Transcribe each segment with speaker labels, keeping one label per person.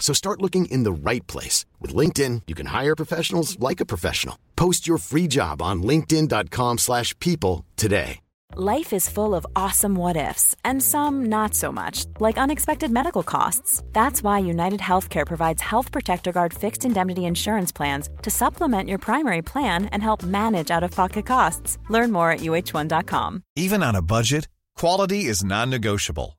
Speaker 1: So start looking in the right place. With LinkedIn, you can hire professionals like a professional. Post your free job on linkedin.com/people slash people today.
Speaker 2: Life is full of awesome what ifs, and some not so much, like unexpected medical costs. That's why United Healthcare provides Health Protector Guard fixed indemnity insurance plans to supplement your primary plan and help manage out of pocket costs. Learn more at uh1.com.
Speaker 3: Even on a budget, quality is non-negotiable.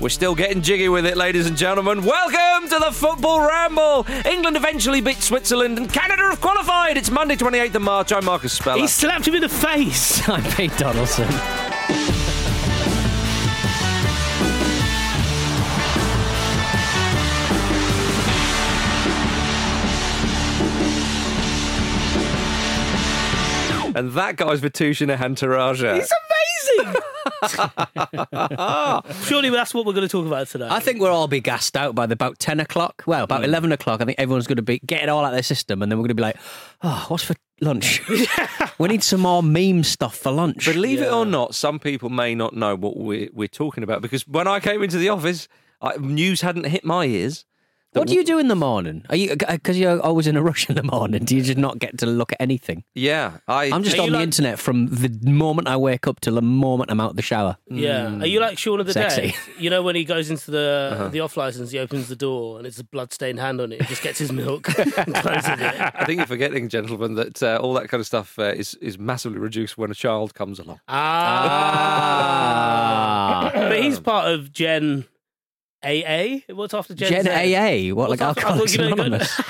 Speaker 4: We're still getting jiggy with it, ladies and gentlemen. Welcome to the Football Ramble. England eventually beat Switzerland and Canada have qualified. It's Monday, 28th of March. I'm Marcus Speller.
Speaker 5: He slapped him in the face. I'm Pete Donaldson.
Speaker 4: And that guy's Vitushin Hantaraja.
Speaker 5: It's amazing. Surely that's what we're going to talk about today.
Speaker 6: I think we'll all be gassed out by the, about 10 o'clock. Well, about
Speaker 5: Hmm.
Speaker 6: 11 o'clock. I think everyone's going to be get it all out of their system and then we're going to be like, oh, what's for lunch? we need some more meme stuff for lunch.
Speaker 4: Believe it or not, some people may not know what we're, we're talking about because when I came into the office, I, news hadn't hit my ears.
Speaker 6: what do you do in the morning? Are you because you're always in a rush in the morning? Do you just not get to look at anything?
Speaker 4: Yeah, I,
Speaker 6: I'm just
Speaker 5: Are
Speaker 6: on
Speaker 5: you
Speaker 6: the
Speaker 5: like-
Speaker 6: internet from the moment I wake up till the moment I'm out the shower.
Speaker 5: Yeah. Are you like Shaun of the
Speaker 6: Hmm. Sexy. Uh-huh.
Speaker 5: Dead? You know when he goes into the the off license, he opens the door and it's a bloodstained hand on it. He just gets his milk and closes it.
Speaker 4: I think you're forgetting, gentlemen, that uh, all that kind of stuff uh, is is massively reduced when a child comes along.
Speaker 5: Ah. but he's part of Gen AA. What's after Gen
Speaker 6: Gen
Speaker 5: Z?
Speaker 6: AA, what
Speaker 5: What's
Speaker 6: like
Speaker 5: after- I thought,
Speaker 6: Alcoholics
Speaker 5: you know, it goes-
Speaker 6: Anonymous?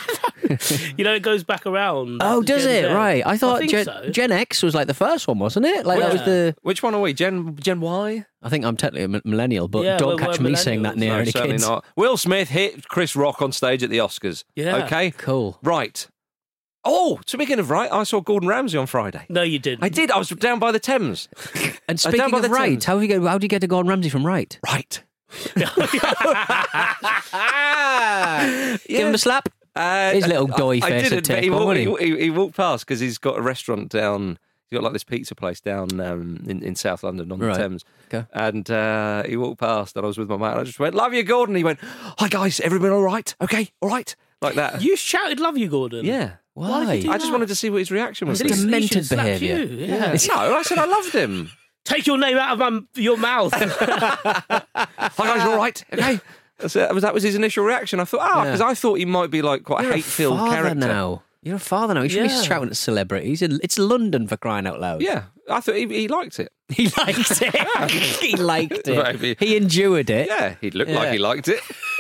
Speaker 5: You know, it goes back around.
Speaker 6: Oh,
Speaker 5: after
Speaker 6: does
Speaker 5: Gen
Speaker 6: it?
Speaker 5: Z.
Speaker 6: Right. I thought
Speaker 5: think
Speaker 6: Gen,
Speaker 5: so.
Speaker 6: Gen X was like the first one, wasn't it? Like that was
Speaker 5: Yeah.
Speaker 6: the.
Speaker 4: Which one are we? Gen Gen Y?
Speaker 6: I think I'm technically a mi- millennial, but
Speaker 5: Yeah,
Speaker 6: don't
Speaker 5: we're-
Speaker 6: catch
Speaker 5: we're
Speaker 6: me saying that
Speaker 5: millennials.
Speaker 6: near
Speaker 4: No,
Speaker 6: any
Speaker 4: certainly
Speaker 6: kids.
Speaker 4: not. Will Smith hit Chris Rock on stage at the Oscars.
Speaker 5: Yeah.
Speaker 4: Okay.
Speaker 6: Cool.
Speaker 4: Right. Oh, speaking of right, I saw Gordon Ramsay on Friday.
Speaker 5: No, you didn't.
Speaker 4: I did. I was down by the Thames.
Speaker 6: And
Speaker 4: I don't
Speaker 6: speaking
Speaker 4: bother
Speaker 6: of right,
Speaker 4: Tim's.
Speaker 6: how do you get how do you get to Gordon Ramsay from right?
Speaker 4: Right.
Speaker 6: Give him a slap.
Speaker 4: Uh,
Speaker 6: His little
Speaker 4: I-
Speaker 6: doy
Speaker 4: I
Speaker 6: face
Speaker 4: did
Speaker 6: would
Speaker 4: admit-
Speaker 6: take
Speaker 4: he,
Speaker 6: one,
Speaker 4: walked,
Speaker 6: wouldn't
Speaker 4: he, he walked past because he's got a restaurant down. He's got like this pizza place down um, in, in South London on
Speaker 6: Right.
Speaker 4: the Thames.
Speaker 6: Okay.
Speaker 4: And uh, he walked past, and I was with my mate. And I just went, "Love you, Gordon." He went, "Hi guys, everyone all right? Okay, all right." Like that.
Speaker 5: You shouted "Love you, Gordon."
Speaker 4: yeah.
Speaker 6: Why?
Speaker 5: did he do
Speaker 4: I just wanted to see what his reaction was.
Speaker 6: Did he
Speaker 4: no,
Speaker 6: Demented
Speaker 5: He should slap
Speaker 6: behaviour.
Speaker 5: you, Yeah.
Speaker 4: I said I loved him.
Speaker 5: Take your name out of my, your mouth.
Speaker 4: Hi guys, all right? Okay. That's it. That was, that was his initial reaction. I thought, ah,
Speaker 6: Yeah.
Speaker 4: because I thought he might be like quite
Speaker 6: You're
Speaker 4: a
Speaker 6: a
Speaker 4: hate-filled
Speaker 6: father
Speaker 4: character.
Speaker 6: now. You're a father now. You should
Speaker 5: Yeah.
Speaker 6: be shouting at celebrities. It's London for crying out loud.
Speaker 4: Yeah, I thought he, he liked it.
Speaker 6: he liked it. he liked it.
Speaker 4: Maybe.
Speaker 6: He endured it.
Speaker 4: Yeah, he looked like
Speaker 6: Yeah.
Speaker 4: he liked it.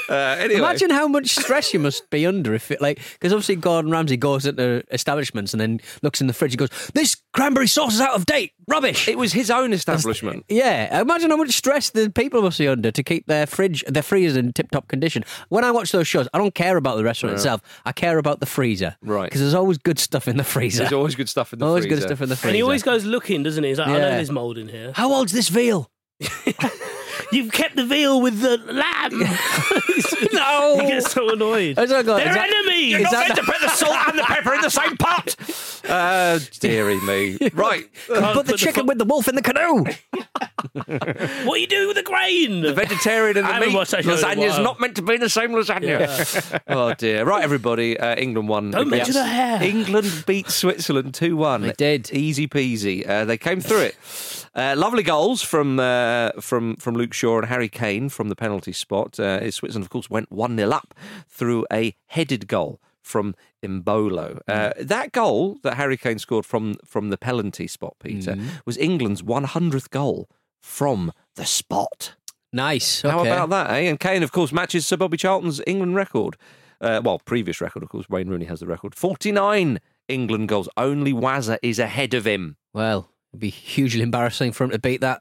Speaker 4: Uh, anyway,
Speaker 6: Imagine how much stress you must be under if it like because obviously Gordon Ramsay goes into establishments and then looks in the fridge and goes, "This cranberry sauce is out of date, rubbish."
Speaker 4: it was his own establishment.
Speaker 6: yeah, imagine how much stress the people must be under to keep their fridge, their freezers in tip-top condition. When I watch those shows, I don't care about the restaurant itself. I care about the freezer,
Speaker 4: Right.
Speaker 6: Because there's always good stuff in the freezer.
Speaker 4: There's always good stuff in the
Speaker 6: always
Speaker 4: freezer.
Speaker 6: good stuff in the freezer.
Speaker 5: and he always goes looking, doesn't he? He's like, I know
Speaker 6: Yeah.
Speaker 5: there's mold in here.
Speaker 6: "How old's this veal?"
Speaker 5: You've kept the veal with the lamb.
Speaker 6: no.
Speaker 5: he gets so annoyed.
Speaker 6: That's what I got.
Speaker 5: They're
Speaker 6: Is that-
Speaker 5: enemies.
Speaker 6: You're not Is that meant the- to
Speaker 5: put the salt and the pepper in the same pot.
Speaker 4: Uh, dearie me. Right.
Speaker 6: Put the
Speaker 5: put the
Speaker 6: chicken
Speaker 5: fu-
Speaker 6: with the wolf in the canoe.
Speaker 5: what are you doing with the grain?
Speaker 4: The vegetarian and
Speaker 5: I
Speaker 4: the
Speaker 5: haven't
Speaker 4: meat
Speaker 5: watched that show in a
Speaker 4: lasagna's
Speaker 5: while.
Speaker 4: not meant to be the same lasagna. oh dear! Right, everybody. Uh, England won.
Speaker 5: Don't mention
Speaker 4: against-
Speaker 5: her hair.
Speaker 4: England beat Switzerland two one. They
Speaker 6: did.
Speaker 4: Easy peasy. Uh, they came through it. Uh, lovely goals from uh, from from Luke Shaw and Harry Kane from the penalty spot. Uh, Switzerland, of course, went one 0 up through a headed goal from Imbolo. Uh, that goal that Harry Kane scored from from the penalty spot, Peter, was England's one hundredth goal from the spot.
Speaker 6: Nice. Okay.
Speaker 4: How about that, eh? And Kane, of course, matches Sir Bobby Charlton's England record. Uh, well, previous record, of course. Wayne Rooney has the record. 49 England goals. Only Wazza is ahead of him.
Speaker 6: Well, it'd be hugely embarrassing for him to beat that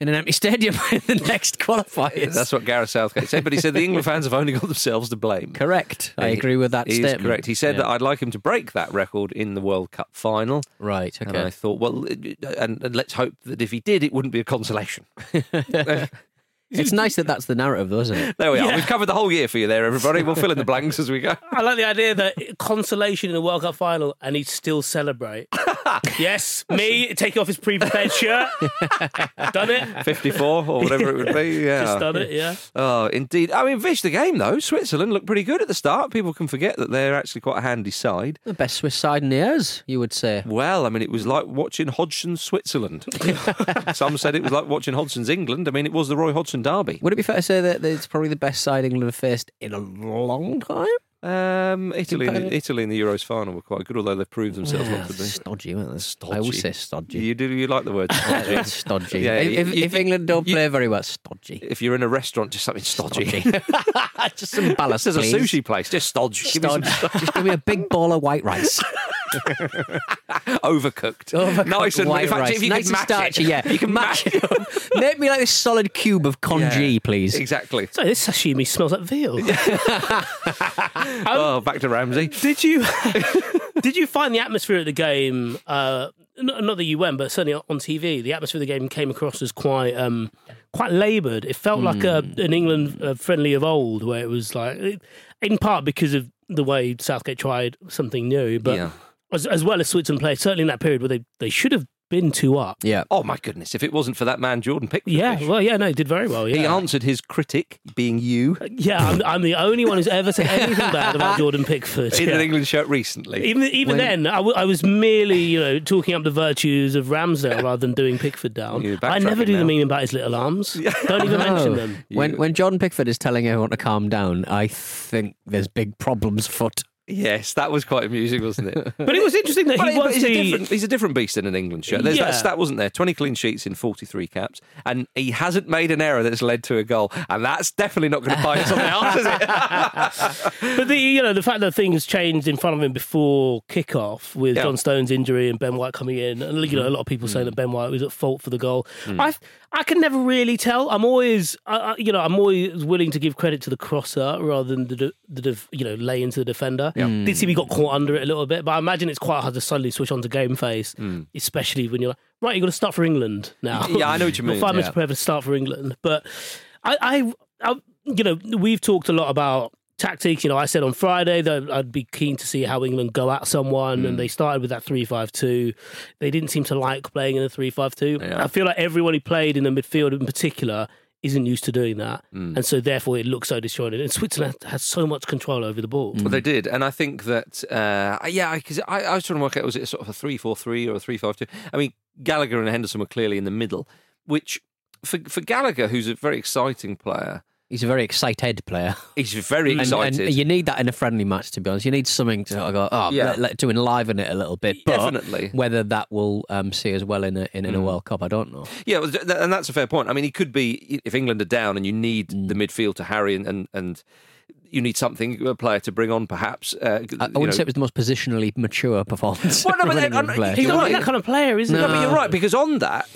Speaker 6: in an empty stadium in the next qualifiers.
Speaker 4: That's what Gareth Southgate said. But he said the England fans have only got themselves to blame.
Speaker 6: correct. I
Speaker 4: He-
Speaker 6: agree with that
Speaker 4: he is
Speaker 6: statement.
Speaker 4: correct. He said
Speaker 6: Yeah.
Speaker 4: that I'd like him to break that record in the World Cup final.
Speaker 6: Right.
Speaker 4: And I
Speaker 6: Okay.
Speaker 4: thought, well, and, and let's hope that if he did, it wouldn't be a consolation.
Speaker 6: It's nice that that's the narrative, though, isn't it?
Speaker 4: There we are.
Speaker 5: Yeah.
Speaker 4: We've covered the whole year for you there, everybody. We'll fill in the blanks as we go.
Speaker 5: I like the idea that consolation in a World Cup final and he'd still celebrate. yes, me taking off his pre-prepared shirt. done it.
Speaker 4: 54 or whatever it would be. Yeah.
Speaker 5: Just done it, yeah.
Speaker 4: Oh, indeed. I mean, Vish, the game, though, Switzerland looked pretty good at the start. People can forget that they're actually quite a handy side.
Speaker 6: The best Swiss side in the years, you would say.
Speaker 4: Well, I mean, it was like watching Hodgson's Switzerland. Some said it was like watching Hodgson's England. I mean, it was the Roy Hodgson derby.
Speaker 6: Would it be fair to say that that it's probably the best side England have faced in a long time?
Speaker 4: Um, Italy, and,
Speaker 6: Competitive.
Speaker 4: Italy in the Euros final were quite good, although they proved themselves not to be.
Speaker 6: Stodgy, weren't they?
Speaker 4: Stodgy.
Speaker 6: I always say stodgy.
Speaker 4: You do you like the word stodgy?
Speaker 6: It's stodgy.
Speaker 4: Yeah,
Speaker 6: if,
Speaker 4: you-
Speaker 6: if,
Speaker 4: you-
Speaker 6: if England don't
Speaker 4: you-
Speaker 6: play very well, stodgy.
Speaker 4: If you're in a restaurant, just something stodgy. Ah,
Speaker 6: just some ballast,
Speaker 4: There's a
Speaker 6: please.
Speaker 4: sushi place, just stodgy. Give me some
Speaker 6: Stodgy. just give me a big bowl of white rice.
Speaker 4: Overcooked.
Speaker 6: Overcooked
Speaker 4: nice and
Speaker 6: white
Speaker 4: in fact,
Speaker 6: rice.
Speaker 4: if you
Speaker 6: nice
Speaker 4: could
Speaker 6: and
Speaker 4: mash
Speaker 6: starchy,
Speaker 4: it,
Speaker 6: yeah.
Speaker 4: You can mash it.
Speaker 6: Make me like this solid cube of congee,
Speaker 4: Yeah,
Speaker 6: please.
Speaker 4: Exactly.
Speaker 5: So this sashimi smells like veal.
Speaker 6: Um,
Speaker 4: Oh, back to Ramsey.
Speaker 5: Did you did you find the atmosphere of the game? Uh, n- not that you went, but certainly on TV, the atmosphere of the game came across as quite um, quite laboured. It felt like a, an England uh, friendly of old, where it was like, it- in part because of the way Southgate tried something new, but
Speaker 4: Yeah.
Speaker 5: as, as well as Switzerland played, certainly in that period where they, they should have been two up.
Speaker 6: Yeah.
Speaker 4: Oh my goodness! If it wasn't for that man Jordan Pickford,
Speaker 5: Yeah,
Speaker 4: Fish,
Speaker 5: well, yeah, no, he did very well. Yeah,
Speaker 4: he answered his critic, being you,
Speaker 5: yeah I'm, I'm the only one who's ever said anything bad about Jordan Pickford.
Speaker 4: in
Speaker 5: Yeah.
Speaker 4: an England shirt recently.
Speaker 5: Even even then, I, w- I was merely you know talking up the virtues of Ramsdale rather than doing Pickford down.
Speaker 4: You're
Speaker 5: I never
Speaker 4: backtracking
Speaker 5: do
Speaker 4: now.
Speaker 5: the meaning about his little arms. Don't even mention them.
Speaker 6: Oh, When when John Pickford is telling everyone to calm down, I think there's big problems foot.
Speaker 4: Yes, that was quite amusing, wasn't it?
Speaker 5: But it was interesting that
Speaker 4: Well,
Speaker 5: he
Speaker 4: he- but
Speaker 5: was
Speaker 4: he's, a
Speaker 5: the.
Speaker 4: different, he's a different beast in an England shirt. There's
Speaker 5: Yeah.
Speaker 4: That stat wasn't there. 20 clean sheets in 43 caps, and he hasn't made an error that's led to a goal, and that's definitely not going to buy us on the arse, is it?
Speaker 5: But the you know the fact that things changed in front of him before kickoff with
Speaker 4: Yeah. Mm.
Speaker 5: John Stones' injury and Ben White coming in, and you know a lot of people saying that Ben White was at fault for the goal. I I can never really tell. I'm always I, I- you know I'm always willing to give credit to the crosser rather than the de- the def, you know lay into the defender. Mm. Did seem he got caught under it a little bit, but I imagine it's quite hard to suddenly switch on to game face, especially when you're like right, you're going to start for England now.
Speaker 4: Mm. Yeah, I know what you
Speaker 5: You've got
Speaker 4: mean,
Speaker 5: Five minutes
Speaker 4: yeah.
Speaker 5: to prepare to start for England, but I, I, I, you know, we've talked a lot about tactics. You know, I said on Friday that I'd be keen to see how England go at someone,
Speaker 4: Mm.
Speaker 5: and they started with that three-five-two. They didn't seem to like playing in a three-five-two.
Speaker 4: Yeah.
Speaker 5: I feel like everyone who played in the midfield, in particular. Isn't used to doing that,
Speaker 4: Mm.
Speaker 5: and so therefore it looks so disjointed. And Switzerland has so much control over the ball.
Speaker 6: Mm.
Speaker 4: Well, they did, and I think that uh, yeah, because I, I was trying to work out was it sort of a three four three or a three five two. I mean, Gallagher and Henderson were clearly in the middle, which for for Gallagher, who's a very exciting player,
Speaker 6: He's a very excited player.
Speaker 4: he's very
Speaker 6: And-
Speaker 4: excited.
Speaker 6: And, you need that in a friendly match, to be honest. You need something to sort of go, oh,
Speaker 4: Yeah.
Speaker 6: let, let, to enliven it a little bit. But
Speaker 4: Definitely.
Speaker 6: Whether that will um, see us well in a, in, in a World Cup, I don't know.
Speaker 4: Yeah, well, th- and that's a fair point. I mean, he could be if England are down and you need
Speaker 6: Mm.
Speaker 4: the midfield to harry and and. and you need something a player to bring on, perhaps. Uh,
Speaker 6: I, I wouldn't say it was the most positionally mature performance.
Speaker 4: Well, no, but
Speaker 6: of an
Speaker 4: then-
Speaker 6: England
Speaker 4: and-
Speaker 6: player.
Speaker 4: he
Speaker 5: He's not
Speaker 4: right.
Speaker 5: like that kind of player, is he?
Speaker 4: No, but you're right because on that,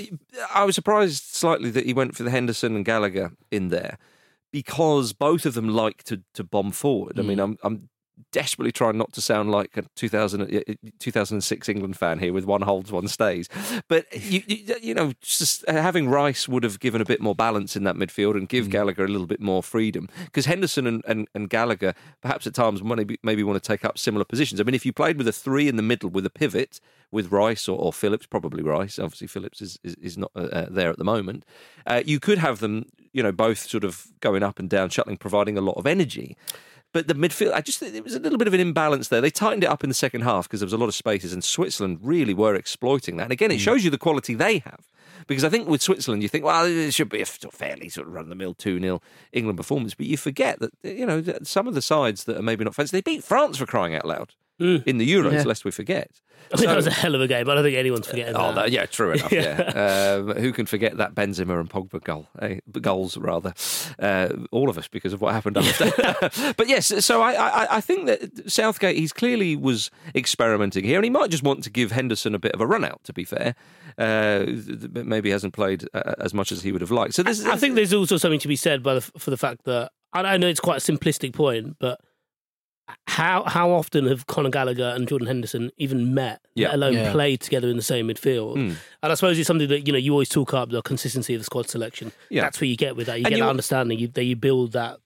Speaker 4: I was surprised slightly that he went for the Henderson and Gallagher in there because both of them like to to bomb forward. I mean, I'm I'm desperately trying not to sound like a 2000, uh, 2006 England fan here with one holds, one stays. But, you, you, you know, just uh, having Rice would have given a bit more balance in that midfield and give Gallagher a little bit more freedom because Henderson and, and, and Gallagher perhaps at times maybe, maybe want to take up similar positions. I mean, if you played with a three in the middle with a pivot with Rice or, or Phillips, probably Rice, obviously Phillips is, is, is not uh, uh, there at the moment, uh, you could have them, you know, both sort of going up and down, shuttling, providing a lot of energy. But the midfield, I just think it was a little bit of an imbalance there. They tightened it up in the second half because there was a lot of spaces, and Switzerland really were exploiting that. And
Speaker 5: Mm.
Speaker 4: again, it shows you the quality they have. Because I think with Switzerland, you think, well, it should be a sort of fairly sort of run the mill 2 0 England performance. But you forget that, uh, you know, that some of the sides that are maybe not fancy, they beat France for crying out loud in the Euros, lest we forget.
Speaker 5: Mm. I mean,
Speaker 4: So-
Speaker 5: that was a hell of a game. I don't think anyone's forgetting
Speaker 4: Oh,
Speaker 5: that.
Speaker 4: that, yeah, true enough. yeah, um, who can forget that Benzema and Pogba goal? Eh, goals rather, uh, all of us because of what happened after. but yes, so I, I, I think that Southgate he's clearly was experimenting here, and he might just want to give Henderson a bit of a run out. To be fair, uh, th- th- maybe hasn't played uh, as much as he would have liked. So this is.
Speaker 5: I think there's also something to be said by the, for the fact that and I know it's quite a simplistic point, but how how often have Conor Gallagher and Jordan Henderson even met,
Speaker 4: Yeah. Hmm.
Speaker 5: let alone
Speaker 6: Yeah.
Speaker 5: played together in the same midfield? And I suppose it's something that you know you always talk up the consistency of the squad selection.
Speaker 4: Yeah.
Speaker 5: That's what you get with that. You
Speaker 4: And
Speaker 5: get
Speaker 4: you-
Speaker 5: that understanding. You, that you build that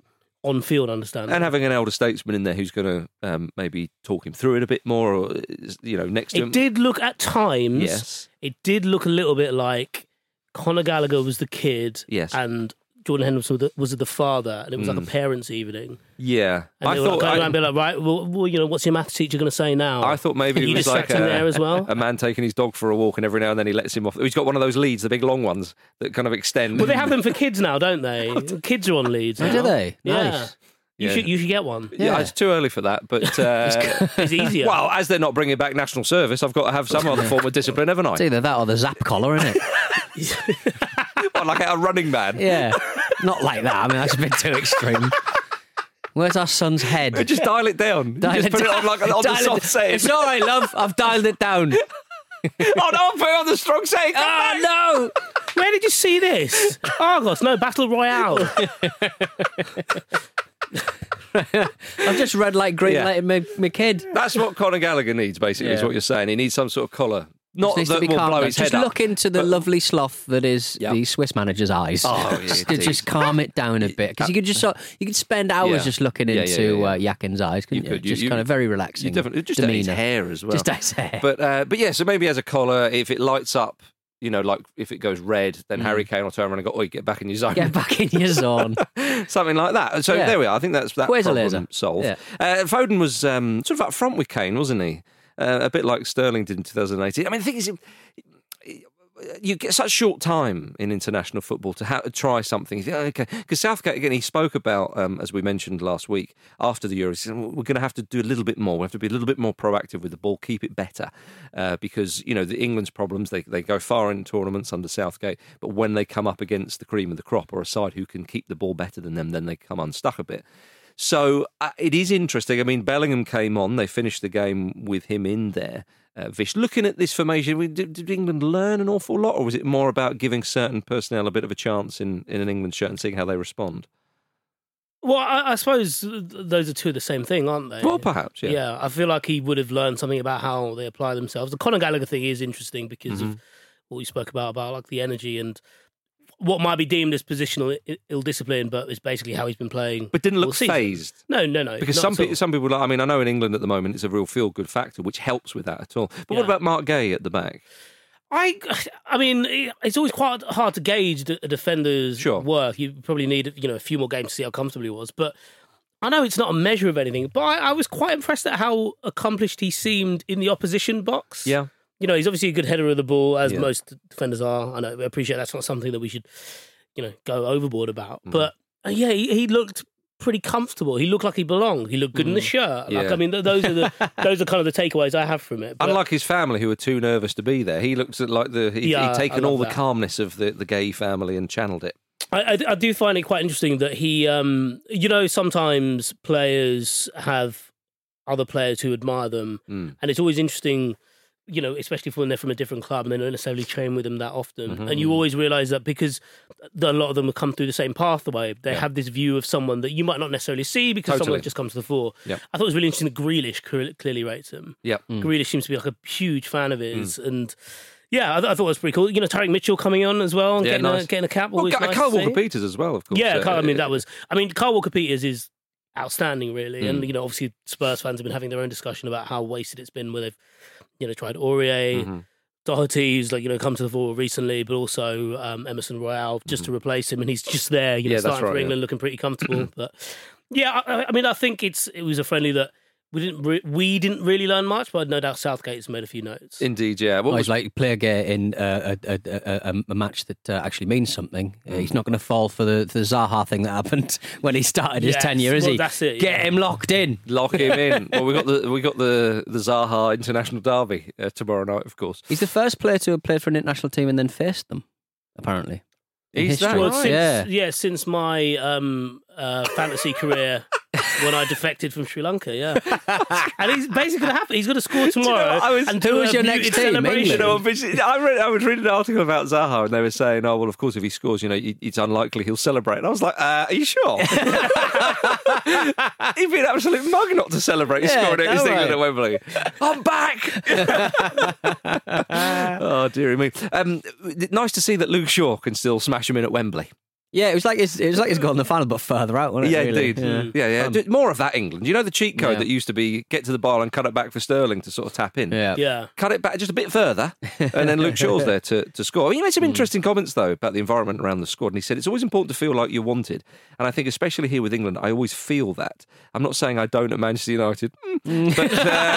Speaker 5: on field understanding.
Speaker 4: and having an elder statesman in there who's going to um, maybe talk him through it a bit more, or uh, you know, next to him.
Speaker 5: it did look at times.
Speaker 4: Yes.
Speaker 5: It did look a little bit like Conor Gallagher was the kid.
Speaker 4: Yes. Hmm.
Speaker 5: And Jordan Henderson was the, was the father, and it was like a parents' evening.
Speaker 4: Yeah,
Speaker 5: And they were like, going around being like, right, well, well, you know, what's your maths teacher going to say now?
Speaker 4: I thought maybe
Speaker 5: you
Speaker 4: it was like
Speaker 5: distracting
Speaker 4: a,
Speaker 5: there as well.
Speaker 4: a man taking his dog for a walk, and every now and then he lets him off. He's got one of those leads, the big long ones that kind of extend.
Speaker 5: well, they have them for kids now, don't they? kids are on leads.
Speaker 6: Oh,
Speaker 5: now.
Speaker 6: do they?
Speaker 5: Yeah.
Speaker 6: Nice.
Speaker 5: You
Speaker 4: Yeah.
Speaker 5: should you should get one.
Speaker 4: Yeah, it's too early for that, but uh,
Speaker 5: It's easier.
Speaker 4: well, as they're not bringing back national service, I've got to have some other form of discipline, haven't
Speaker 6: It's
Speaker 4: I?
Speaker 6: either that or the zap collar, isn't it?
Speaker 4: Well, like a running man.
Speaker 6: yeah. Not like that. I mean, that's a bit too extreme. Where's our son's head?
Speaker 4: Just dial it down. You
Speaker 6: Dial
Speaker 4: just
Speaker 6: it
Speaker 4: put
Speaker 6: down.
Speaker 4: it on like on the
Speaker 6: Dial it
Speaker 4: soft
Speaker 6: down.
Speaker 4: setting.
Speaker 6: It's all right, love. I've dialed it down.
Speaker 4: oh no, I'll put it on the strong setting. Come back.
Speaker 6: Oh no!
Speaker 5: Where did you see this? Argos, no, Battle Royale.
Speaker 6: I've just read like green
Speaker 4: Yeah.
Speaker 6: lighted my, my kid.
Speaker 4: That's what Conor Gallagher needs, basically, is
Speaker 6: Yeah.
Speaker 4: what you're saying. He needs some sort of collar. Not
Speaker 6: Just needs
Speaker 4: that
Speaker 6: to be
Speaker 4: will
Speaker 6: calmed
Speaker 4: blow
Speaker 6: down.
Speaker 4: his
Speaker 6: Just
Speaker 4: head up.
Speaker 6: look into the lovely sloth that is
Speaker 4: Yeah.
Speaker 6: the Swiss manager's eyes.
Speaker 4: Oh, yeah,
Speaker 6: just,
Speaker 4: it
Speaker 6: just
Speaker 4: is.
Speaker 6: calm it down a bit because you could just sort, you could spend hours
Speaker 4: Yeah.
Speaker 6: just looking
Speaker 4: Yeah, yeah,
Speaker 6: into
Speaker 4: yeah, yeah.
Speaker 6: Uh, Yakin's eyes. Couldn't you?
Speaker 4: could. You-
Speaker 6: Just
Speaker 4: you-
Speaker 6: kind of very relaxing.
Speaker 4: You definitely just at
Speaker 6: demeanor.
Speaker 4: his hair as well.
Speaker 6: Just at his hair.
Speaker 4: But uh, but yeah, so maybe as a collar, if it lights up, you know, like if it goes red, then Harry Kane will turn around and go, "Oi, get back in your zone."
Speaker 6: Get back in your zone.
Speaker 4: Something like that. So
Speaker 6: Yeah.
Speaker 4: there we are. I think that's that
Speaker 6: Where's the
Speaker 4: problem
Speaker 6: laser?
Speaker 4: solved.
Speaker 6: Yeah.
Speaker 4: Uh, Foden was um, sort of up front with Kane, wasn't he? Uh, a bit like Sterling did in 2018. I mean, the thing is, you get such short time in international football to, ha- try something. You think, "Oh, okay, because Southgate again, he spoke about um, as we mentioned last week after the Euros. he said, We're going to have to do a little bit more. We have to be a little bit more proactive with the ball, keep it better, uh, because you know the England's problems. They they go far in tournaments under Southgate, but when they come up against the cream of the crop or a side who can keep the ball better than them, then they come unstuck a bit. So uh, it is interesting. I mean, Bellingham came on. They finished the game with him in there. Uh, Vish, looking at this formation, we- did, did England learn an awful lot, or was it more about giving certain personnel a bit of a chance in, in an England shirt and seeing how they respond?
Speaker 5: well, I, I suppose those are two of the same thing, aren't they?
Speaker 4: Well, perhaps, yeah.
Speaker 5: Uh, Yeah. I feel like he would have learned something about how they apply themselves. The Conor Gallagher thing is interesting because
Speaker 4: Mm-hmm.
Speaker 5: of what we spoke about about like the energy and what might be deemed as positional i- ill discipline, but is basically how he's been playing.
Speaker 4: But didn't
Speaker 5: all
Speaker 4: look
Speaker 5: season.
Speaker 4: phased.
Speaker 5: No, no, no.
Speaker 4: Because
Speaker 5: Uh, not
Speaker 4: some
Speaker 5: at all.
Speaker 4: people, some people, like, I mean, I know in England at the moment it's a real feel good factor, which helps with that at all. But what
Speaker 5: Yeah.
Speaker 4: about Mark Gay at the back?
Speaker 5: I, I mean, it- it's always quite hard to gauge the- a defender's
Speaker 4: Sure.
Speaker 5: work. You probably need, you know, a few more games to see how comfortable he was. But I know it's not a measure of anything, but I, I was quite impressed at how accomplished he seemed in the opposition box.
Speaker 4: Yeah.
Speaker 5: you know, he's obviously a good header of the ball, as
Speaker 4: Yeah.
Speaker 5: most defenders are. I know, I appreciate that's not something that we should, you know, go overboard about.
Speaker 4: Mm.
Speaker 5: But uh, yeah, he, he looked pretty comfortable. He looked like he belonged. He looked good in the shirt. Like,
Speaker 4: Mm. Yeah.
Speaker 5: I mean, th- those are the those are kind of the takeaways I have from it. But-
Speaker 4: Unlike his family, who were too nervous to be there, he looked at like the he,
Speaker 5: Yeah, I
Speaker 4: he'd taken
Speaker 5: love
Speaker 4: all the
Speaker 5: that.
Speaker 4: calmness of the, the Gay family and channeled it.
Speaker 5: I, I, I do find it quite interesting that he, um, you know, sometimes
Speaker 4: Hmm.
Speaker 5: players have other players who admire them, and it's always interesting you know, especially when they're from a different club and they don't necessarily train with them that often.
Speaker 4: Mm-hmm.
Speaker 5: And you always realize that because the, a lot of them have come through the same pathway, they have this view of someone that you might not necessarily see because
Speaker 4: Totally.
Speaker 5: someone just comes to the fore.
Speaker 4: Yep.
Speaker 5: I thought it was really interesting that Grealish cre- clearly rates him.
Speaker 4: Yep.
Speaker 5: Grealish seems to be like a huge fan of
Speaker 4: Hmm.
Speaker 5: his. And yeah, I, th- I thought it was pretty cool. You know, Tarek Mitchell coming on as well and
Speaker 4: Yeah,
Speaker 5: getting,
Speaker 4: nice.
Speaker 5: a, getting a cap.
Speaker 4: Well,
Speaker 5: Always
Speaker 4: Ca-
Speaker 5: nice to
Speaker 4: Carl
Speaker 5: see.
Speaker 4: Walker Peters as well, of course.
Speaker 5: Yeah,
Speaker 4: Uh,
Speaker 5: Carl, I mean
Speaker 4: uh,
Speaker 5: that was. I mean, Carl Walker Peters is outstanding, really, and
Speaker 4: Mm.
Speaker 5: you know, obviously Spurs fans have been having their own discussion about how wasted it's been, where they've you know tried Aurier,
Speaker 4: mhm.
Speaker 5: Doherty, who's like you know come to the fore recently, but also um, Emerson Royale just to replace him, and he's just there, you know,
Speaker 4: Mm-hmm. Yeah, that's
Speaker 5: starting for
Speaker 4: right, yeah. Mm-hmm.
Speaker 5: England, looking pretty comfortable. but yeah, I, I- I mean, I think it's it was a friendly that. We didn't. Re- we didn't really learn much, but no doubt Southgate's made a few notes.
Speaker 4: uh, Indeed, yeah. What
Speaker 6: Well,
Speaker 4: was
Speaker 6: Oh, he's like play a game in uh, a, a, a, a- a match that uh, actually means something. Uh, He's not going to fall for the, the Zaha thing that happened when he started his
Speaker 5: Yes,
Speaker 6: tenure, is
Speaker 5: well,
Speaker 6: he?
Speaker 5: that's it,
Speaker 6: Get
Speaker 5: yeah.
Speaker 6: him locked in.
Speaker 4: lock him in? well, we got the we got the the Zaha international derby uh, tomorrow night, of course.
Speaker 6: He's the first player to have played for an international team and then faced them. Apparently, In
Speaker 4: Is that
Speaker 6: history.
Speaker 5: Well,
Speaker 4: right?
Speaker 5: since, yeah.
Speaker 6: Yeah.
Speaker 5: since my um, uh, fantasy career when I defected from Sri Lanka, yeah. and he's basically gonna happen. He's gonna score
Speaker 4: you know
Speaker 5: tomorrow.
Speaker 4: what? I was-
Speaker 5: and
Speaker 6: who
Speaker 5: do
Speaker 6: was
Speaker 5: a
Speaker 6: your
Speaker 5: muted
Speaker 6: next team?
Speaker 5: celebration.
Speaker 6: England?
Speaker 4: You know, obviously- I, read, I was reading an article about Zaha, and they were saying, "Oh, well, of course, if he scores, you know, it- it's unlikely he'll celebrate." And I was like, uh, "Are you sure?" He'd be an absolute mug not to celebrate
Speaker 6: Yeah,
Speaker 4: scoring
Speaker 6: no
Speaker 4: his thing
Speaker 6: way.
Speaker 4: at Wembley. I'm back. oh dearie me! Um, nice to see that Luke Shaw can still smash him in at Wembley.
Speaker 6: yeah, it was like his, it was like his goal in the final, but further out, wasn't it?
Speaker 4: Yeah,
Speaker 6: really? Um,
Speaker 4: indeed. Yeah, yeah. Do- More of that, England. You know the cheat code
Speaker 6: Yeah.
Speaker 4: that used to be get to the bar and cut it back for Sterling to sort of tap in.
Speaker 6: Yeah.
Speaker 5: Yeah.
Speaker 4: Cut it back just a bit further, and then Luke Shaw's there to, to score. I mean, you made
Speaker 6: Hmm.
Speaker 4: some interesting comments, though, about the environment around the squad. And he said, It's always important to feel like you're wanted. And I think, especially here with England, I always feel that. I'm not saying I don't at Manchester United, but, uh,
Speaker 6: Hmm.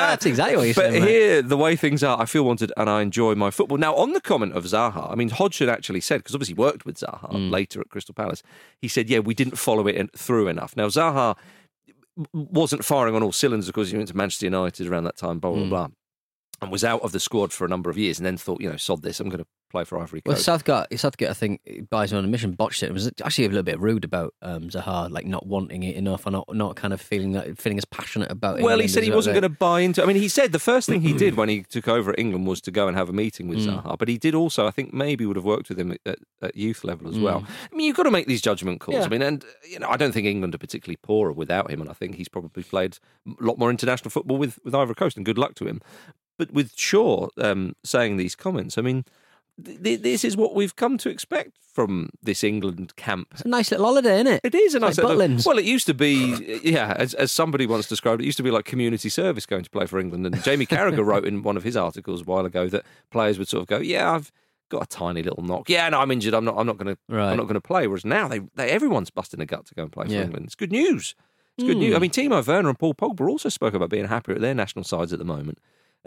Speaker 6: That's exactly what you
Speaker 4: but
Speaker 6: said. mate.
Speaker 4: here, the way things are, I feel wanted and I enjoy my football. Now, on the comment of Zaha, I mean, Hodgson actually said, because obviously he worked with Zaha
Speaker 6: Mm.
Speaker 4: later at Crystal Palace, he said, yeah, we didn't follow it in- through enough. Now, Zaha wasn't firing on all cylinders, of course, he went to Manchester United around that time, blah, blah,
Speaker 6: Mm.
Speaker 4: blah. And was out of the squad for a number of years, and then thought, you know, sod this, I'm going to play for Ivory
Speaker 6: Well,
Speaker 4: Coast.
Speaker 6: Southgate, Southgate, I think, by his own admission, botched it. It was actually a little bit rude about um, Zaha, like not wanting it enough and not, not kind of feeling that, feeling as passionate about it.
Speaker 4: Well, he said he wasn't going to buy into. I mean, he said the first thing he did when he took over at England was to go and have a meeting with Zaha. But he did also, I think, maybe would have worked with him at, at youth level as well. I mean, you've got to make these judgment calls. I mean, and you know, I don't think England are particularly poorer without him, and I think he's probably played a lot more international football with with Ivory Coast, and good luck to him. But with Shaw um, saying these comments, I mean. th- th- This is what we've come to expect from this England camp
Speaker 6: It's a nice little holiday, isn't it?
Speaker 4: it is a nice
Speaker 6: like
Speaker 4: little-
Speaker 6: Butlins.
Speaker 4: Well, it used to be, yeah, as, as somebody once described, it used to be like community service going to play for England. And Jamie Carragher wrote in one of his articles a while ago that players would sort of go, "Yeah, I've got a tiny little knock. Yeah, no, I'm injured. I'm not. I'm not going to. I'm
Speaker 6: Right.
Speaker 4: not going to play." Whereas now they, they everyone's busting a gut to go and play for
Speaker 6: Yeah. Hmm.
Speaker 4: England. It's good news. It's good news. I mean, Timo Werner and Paul Pogba also spoke about being happier at their national sides at the moment.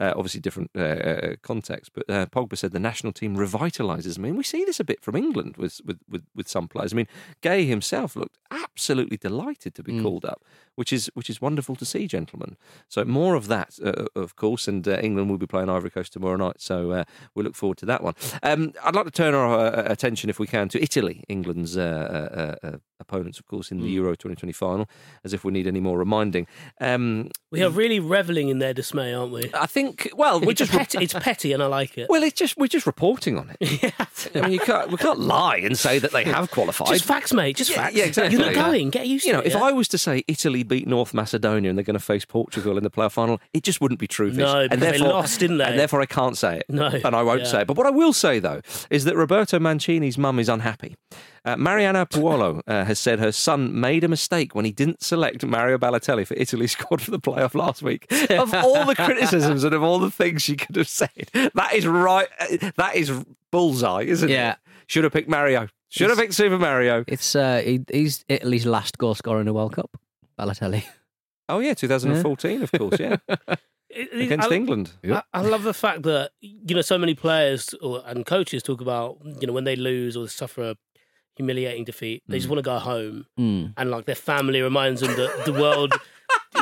Speaker 4: Uh, obviously, different uh, uh, context, but uh, Pogba said the national team revitalises. I mean, we see this a bit from England with with with, with some players. I mean, Gay himself looked absolutely delighted to be called up, which is which is wonderful to see, gentlemen. So more of that, uh, of course, and uh, England will be playing Ivory Coast tomorrow night, so uh, we look forward to that one. Um, I'd like to turn our uh, attention, if we can, to Italy, England's uh, uh, uh, opponents, of course, in the Euro 2020 final, as if we need any more reminding. Um,
Speaker 5: We are really reveling in their dismay, aren't we?
Speaker 4: I think, well, Uh, we
Speaker 5: It's,
Speaker 4: just
Speaker 5: petty, it's petty and I like it.
Speaker 4: well, it's just we're just reporting on it. I mean, you can't we can't lie and say that they have qualified.
Speaker 5: Just facts, mate. Just
Speaker 4: Yeah,
Speaker 5: facts.
Speaker 4: yeah, exactly.
Speaker 5: You're not going. Get used
Speaker 4: you know,
Speaker 5: to it.
Speaker 4: if
Speaker 5: yeah?
Speaker 4: I was to say Italy beat North Macedonia and they're going to face Portugal in the playoff final, it just wouldn't be true. Vish.
Speaker 5: No,
Speaker 4: and
Speaker 5: because they
Speaker 4: therefore,
Speaker 5: lost, didn't they?
Speaker 4: And therefore, I can't say it.
Speaker 5: No,
Speaker 4: and I won't
Speaker 5: yeah.
Speaker 4: say it. But what I will say though is that Roberto Mancini's mum is unhappy. Uh, Mariana Puolo uh, has said her son made a mistake when he didn't select Mario Balotelli for Italy's squad for the playoff last week. Of all the criticisms and of all the things she could have said, that is right. uh, That is bullseye, isn't
Speaker 6: Yeah.
Speaker 4: it? Should have picked Mario. Should have picked Super Mario.
Speaker 6: It's uh, he, he's Italy's last goal scorer in a World Cup, Balotelli.
Speaker 4: Oh yeah, 2014, of course. Yeah,
Speaker 5: It- it-
Speaker 4: against
Speaker 5: I-
Speaker 4: England. Uh,
Speaker 5: I, I love the fact that you know so many players or, and coaches talk about you know when they lose or suffer a humiliating defeat,
Speaker 4: Mm.
Speaker 5: they just want to go home, and like their family reminds them that the world.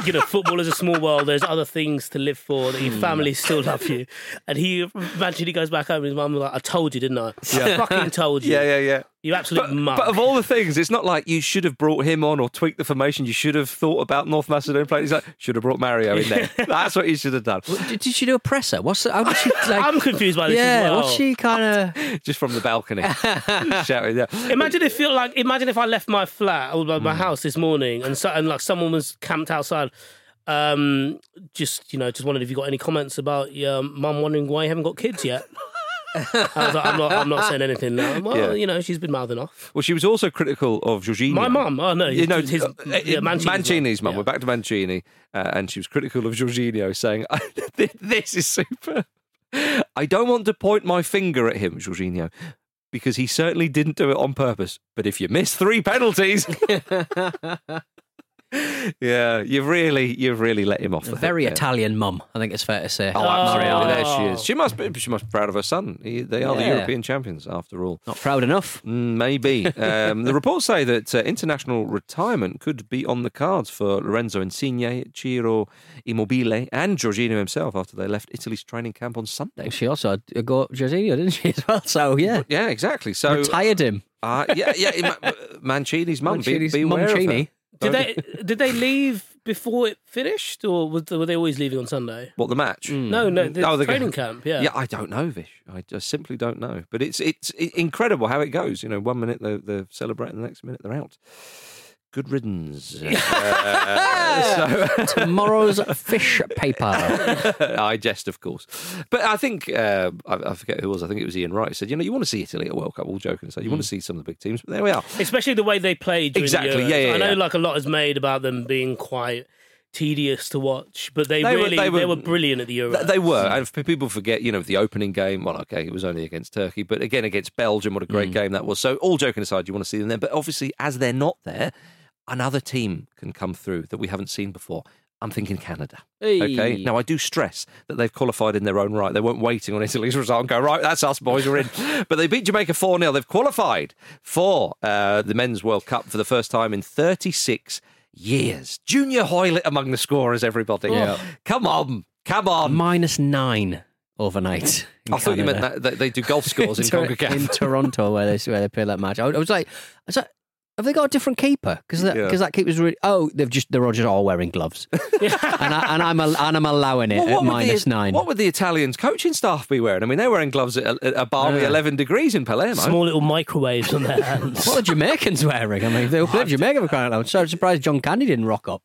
Speaker 5: You know, football is a small world. There's other things to live for. That your
Speaker 4: Mm.
Speaker 5: family still love you, and he eventually goes back home. And his mum was like, "I told you, didn't I? I fucking told you."
Speaker 4: Yeah, yeah, yeah.
Speaker 5: You absolute
Speaker 4: But,
Speaker 5: mug.
Speaker 4: but of all the things, it's not like you should have brought him on or tweaked the formation. You should have thought about North Macedonia playing. He's like, should have brought Mario in there. That's what you should have done.
Speaker 6: Did, did she do a presser? What's how did she like?
Speaker 5: I'm confused by this as
Speaker 6: yeah,
Speaker 5: well.
Speaker 6: what's she kind of?
Speaker 4: Just from the balcony, shouting. Yeah.
Speaker 5: Imagine if you like. Imagine if I left my flat or my,
Speaker 4: Hmm.
Speaker 5: my house this morning, and so, and like someone was camped outside. Um, just you know, just wondered if you got any comments about your mum wondering why you haven't got kids yet. I was like, I'm not. I'm not saying anything. Now. Well,
Speaker 4: Yeah.
Speaker 5: you know, she's been mouthing off.
Speaker 4: Well, she was also critical of Jorginho.
Speaker 5: My mum. Oh no,
Speaker 4: You know,
Speaker 5: his,
Speaker 4: uh,
Speaker 5: yeah,
Speaker 4: uh,
Speaker 5: Mancini's,
Speaker 4: Mancini's mum.
Speaker 5: Yeah.
Speaker 4: We're back to Mancini, uh, and she was critical of Jorginho, saying, "This is super. I don't want to point my finger at him, Jorginho, because he certainly didn't do it on purpose. But if you miss three penalties, yeah, you've really, you've really let him off. the
Speaker 6: A
Speaker 4: hook
Speaker 6: very
Speaker 4: there.
Speaker 6: Italian mum, I think it's fair to say.
Speaker 4: Oh, absolutely!
Speaker 5: Oh.
Speaker 4: There she is. She must be. She must be proud of her son. He, they are the
Speaker 6: Yeah.
Speaker 4: European champions after all.
Speaker 6: Not proud enough.
Speaker 4: Mm, Maybe. Um, the reports say that uh, international retirement could be on the cards for Lorenzo Insigne, Ciro Immobile, and Jorginho himself after they left Italy's training camp on Sunday.
Speaker 6: She also had a go at Jorginho, didn't she, as well? So, yeah.
Speaker 4: Yeah, exactly. So,
Speaker 6: Retired him.
Speaker 4: uh, yeah, yeah, it ma- Mancini's mum. Be,
Speaker 6: Mancini's
Speaker 4: be aware of
Speaker 6: Mancini.
Speaker 4: her.
Speaker 5: Did they did they leave before it finished, or was, were they always leaving on Sunday?
Speaker 4: What the match?
Speaker 5: No, no, the
Speaker 4: Oh, the
Speaker 5: training
Speaker 4: g-
Speaker 5: camp. Yeah,
Speaker 4: Yeah. I don't know, Vish. I just simply don't know. But it's it's i- incredible how it goes. You know, one minute they're, they're celebrating, the next minute they're out. Good riddance. Uh, so,
Speaker 6: Tomorrow's fish paper.
Speaker 4: I jest, of course. But I think, uh, I, I forget who it was, I think it was Ian Wright, said, you know, you want to see Italy at World Cup, all joking aside, you want to see some of the big teams, but there we are.
Speaker 5: especially the way they played. during the
Speaker 4: Exactly,
Speaker 5: Euros.
Speaker 4: yeah, yeah,
Speaker 5: I know
Speaker 4: yeah.
Speaker 5: like a lot is made about them being quite tedious to watch, but they,
Speaker 4: They were-
Speaker 5: really
Speaker 4: they
Speaker 5: they
Speaker 4: were-
Speaker 5: were, brilliant at the Euro.
Speaker 4: Th- They were, and if people forget, you know, the opening game. Well, okay, it was only against Turkey, but again against Belgium. What a great game that was! So, all joking aside, you want to see them there, but obviously, as they're not there, another team can come through that we haven't seen before. I'm thinking Canada. Okay.
Speaker 6: Hey.
Speaker 4: Now I do stress that they've qualified in their own right. They weren't waiting on Italy's result and go, right, that's us boys, we're in. but they beat Jamaica 4 0. They've qualified for uh, the Men's World Cup for the first time in 36 years. Junior Hoylett among the scorers, everybody.
Speaker 6: Yeah.
Speaker 4: Come on. Come on.
Speaker 6: Minus nine overnight. in
Speaker 4: I thought you meant
Speaker 6: Canada.
Speaker 4: that, that they do golf scores in
Speaker 6: Tor-
Speaker 4: CONCACAF.
Speaker 6: in Toronto where they where they play that match. I was I was like, I was like, have they got a different keeper? Because that
Speaker 4: Yeah.
Speaker 6: because that keeper's really. Oh, they've just they're all just all wearing gloves, and, I, and I'm al- and I'm allowing it
Speaker 4: Well,
Speaker 6: at
Speaker 4: would
Speaker 6: minus
Speaker 4: the,
Speaker 6: nine.
Speaker 4: What would the Italians coaching staff be wearing? I mean, they're wearing gloves at a, at a balmy
Speaker 6: Yeah.
Speaker 4: 11 degrees in Palermo.
Speaker 5: Small little microwaves on their hands.
Speaker 6: What are Jamaicans wearing? I mean, they were playing Jamaica for crying out loud. So I'm surprised John Candy didn't rock up.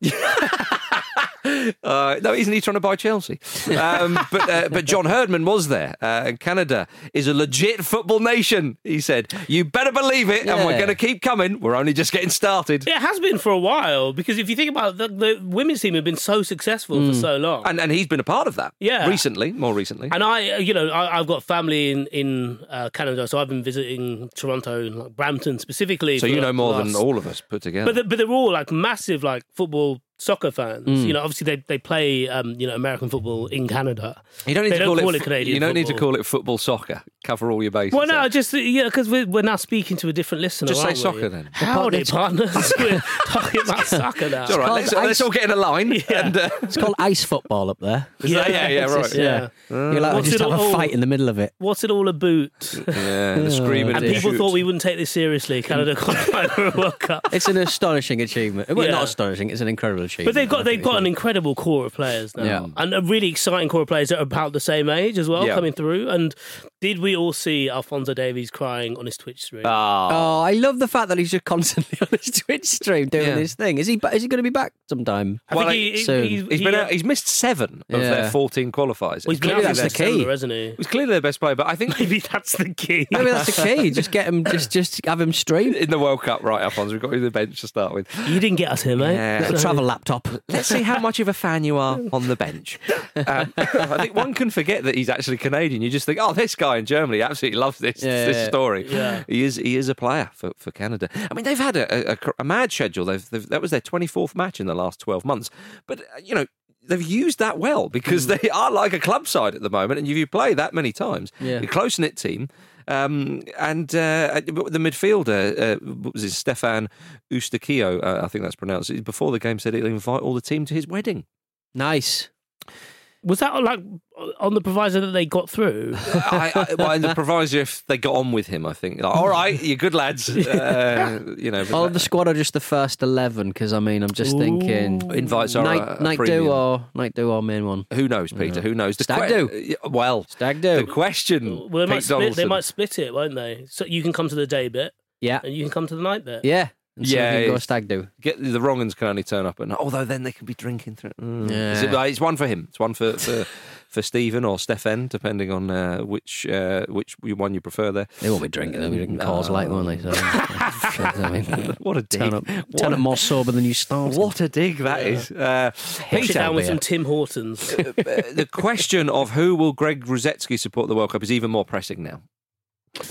Speaker 4: Uh, no, isn't he trying to buy Chelsea? Um, but uh, but John Herdman was there, uh, and Canada is a legit football nation. He said, "You better believe it, and we're
Speaker 6: Yeah.
Speaker 4: going to keep coming. We're only just getting started."
Speaker 5: It has been for a while because if you think about it, the, the women's team have been so successful for so long.
Speaker 4: Mm. And and he's been a part of that.
Speaker 5: Yeah.
Speaker 4: recently, more recently.
Speaker 5: And I, uh, you know, I, I've got family in in uh, Canada, so I've been visiting Toronto and like Brampton specifically.
Speaker 4: so
Speaker 5: for
Speaker 4: you
Speaker 5: the
Speaker 4: know more than
Speaker 5: last-
Speaker 4: all of us put together.
Speaker 5: But they, but they're all like massive like football soccer fans.
Speaker 4: Mm.
Speaker 5: You know, obviously they they play um, you know American football in Canada.
Speaker 4: you don't need
Speaker 5: they
Speaker 4: to
Speaker 5: don't
Speaker 4: call,
Speaker 5: call
Speaker 4: it.
Speaker 5: it Canadian
Speaker 4: you don't need to
Speaker 5: football.
Speaker 4: call it football soccer. Cover all your bases.
Speaker 5: Well, no,
Speaker 4: there.
Speaker 5: just yeah, because we're, we're now speaking to a different listener.
Speaker 4: Just say
Speaker 5: aren't we?
Speaker 4: soccer then.
Speaker 5: Howdy, partners. we're talking about soccer now.
Speaker 4: It's all right,
Speaker 6: called
Speaker 4: let's, let's
Speaker 6: ice-
Speaker 4: all get in a line.
Speaker 5: Yeah.
Speaker 4: And, uh,
Speaker 6: It's called ice football up there.
Speaker 4: yeah, yeah, yeah,
Speaker 5: it's
Speaker 4: right.
Speaker 5: just-
Speaker 6: Yeah, you're like,
Speaker 5: What's
Speaker 6: just
Speaker 5: it
Speaker 6: have a
Speaker 5: all-
Speaker 6: fight in the middle of it.
Speaker 5: What's it all about?
Speaker 4: yeah, the screaming.
Speaker 5: And
Speaker 4: the
Speaker 5: people
Speaker 4: shoot.
Speaker 5: thought we wouldn't take this seriously. Canada qualified for a World Cup,
Speaker 6: It's an astonishing achievement. Well,
Speaker 5: Yeah.
Speaker 6: not astonishing. It's an incredible achievement.
Speaker 5: but they've
Speaker 6: I
Speaker 5: got they've
Speaker 6: think
Speaker 5: got an
Speaker 6: it's-
Speaker 5: incredible core of players now,
Speaker 6: Yeah.
Speaker 5: and a really exciting core of players that are about the same age as well
Speaker 4: Yeah.
Speaker 5: coming through. And did we all see Alfonso Davies crying on his Twitch stream?
Speaker 4: Ah.
Speaker 6: Oh, I love the fact that he's just constantly on his Twitch stream doing
Speaker 4: Yeah.
Speaker 6: his thing. Is he? ba- Is he going to be back sometime?
Speaker 5: I
Speaker 4: well,
Speaker 5: think he,
Speaker 6: so
Speaker 5: he's,
Speaker 4: He's
Speaker 5: he-
Speaker 4: been out, he's missed seven of
Speaker 6: Yeah.
Speaker 4: their fourteen qualifiers.
Speaker 5: well, he's been
Speaker 6: Maybe
Speaker 5: out
Speaker 6: that's
Speaker 5: since
Speaker 6: the key.
Speaker 5: December, hasn't he?
Speaker 4: It was clearly their best player, but I think
Speaker 5: Maybe that's the key.
Speaker 6: Maybe that's the key. Just get him. Just just have him stream.
Speaker 4: in the World Cup, right, Alphonse, we've got you the bench to start with.
Speaker 5: You didn't get us here, mate.
Speaker 4: Yeah.
Speaker 6: Little travel laptop.
Speaker 4: Let's see how much of a fan you are on the bench. Um, I think one can forget that he's actually Canadian. You just think, oh, this guy in Germany absolutely loves this
Speaker 6: Yeah,
Speaker 4: this
Speaker 6: yeah,
Speaker 4: story.
Speaker 5: yeah.
Speaker 4: He is he is a player for, for Canada. I mean, they've had a, a, a mad schedule. They've, they've that was their twenty fourth match in the last twelve months. But uh, you know. They've used that well
Speaker 6: Hmm.
Speaker 4: because they are like a club side at the moment, and if you play that many times,
Speaker 6: Yeah.
Speaker 4: you're close knit team. Um, and uh, the midfielder, uh, what was it, Stefan Ustakio, uh, I think that's pronounced, before the game said he'll invite all the team to his wedding.
Speaker 6: Nice.
Speaker 5: Was that like on the proviso that they got through?
Speaker 4: I, I, well, in the proviso, if they got on with him, I think. Like, All right, you're good lads. Uh, you know, but
Speaker 6: All
Speaker 4: that-
Speaker 6: of the squad are just the first eleven because I mean I'm just thinking
Speaker 4: Invites are
Speaker 6: night,
Speaker 4: a- a
Speaker 6: night
Speaker 4: premium.
Speaker 6: do or night do or main one.
Speaker 4: who knows, Peter? Who knows? The
Speaker 6: Stag
Speaker 4: que- Well,
Speaker 6: Stag do.
Speaker 4: The question.
Speaker 5: Well, they might,
Speaker 4: Pete
Speaker 5: split, they
Speaker 4: Donaldson.
Speaker 5: might split it, won't they? So you can come to the day bit
Speaker 6: Yeah,
Speaker 5: and you can come to the night bit.
Speaker 6: yeah, and see if
Speaker 4: Yeah,
Speaker 6: you can go
Speaker 4: it's-
Speaker 6: stag do.
Speaker 4: Get the wrong uns can only turn up, and although then they can be drinking through. Mm.
Speaker 6: Yeah.
Speaker 4: Is it- like, it's one for him. It's one for for, for Stephen or Stefan, depending on uh, which uh, which one you prefer. There,
Speaker 6: They won't be drinking. They'll be drinking cause light, won't they? So, I mean,
Speaker 4: what a dig!
Speaker 6: turn up,
Speaker 4: What
Speaker 6: turn
Speaker 4: a-
Speaker 6: up more sober than you started.
Speaker 4: What a dig that is. Uh,
Speaker 5: Push it
Speaker 4: Peter, uh,
Speaker 5: down with
Speaker 6: beer.
Speaker 5: some Tim Hortons.
Speaker 4: the question of who will Greg Rosetsky support at the World Cup is even more pressing now.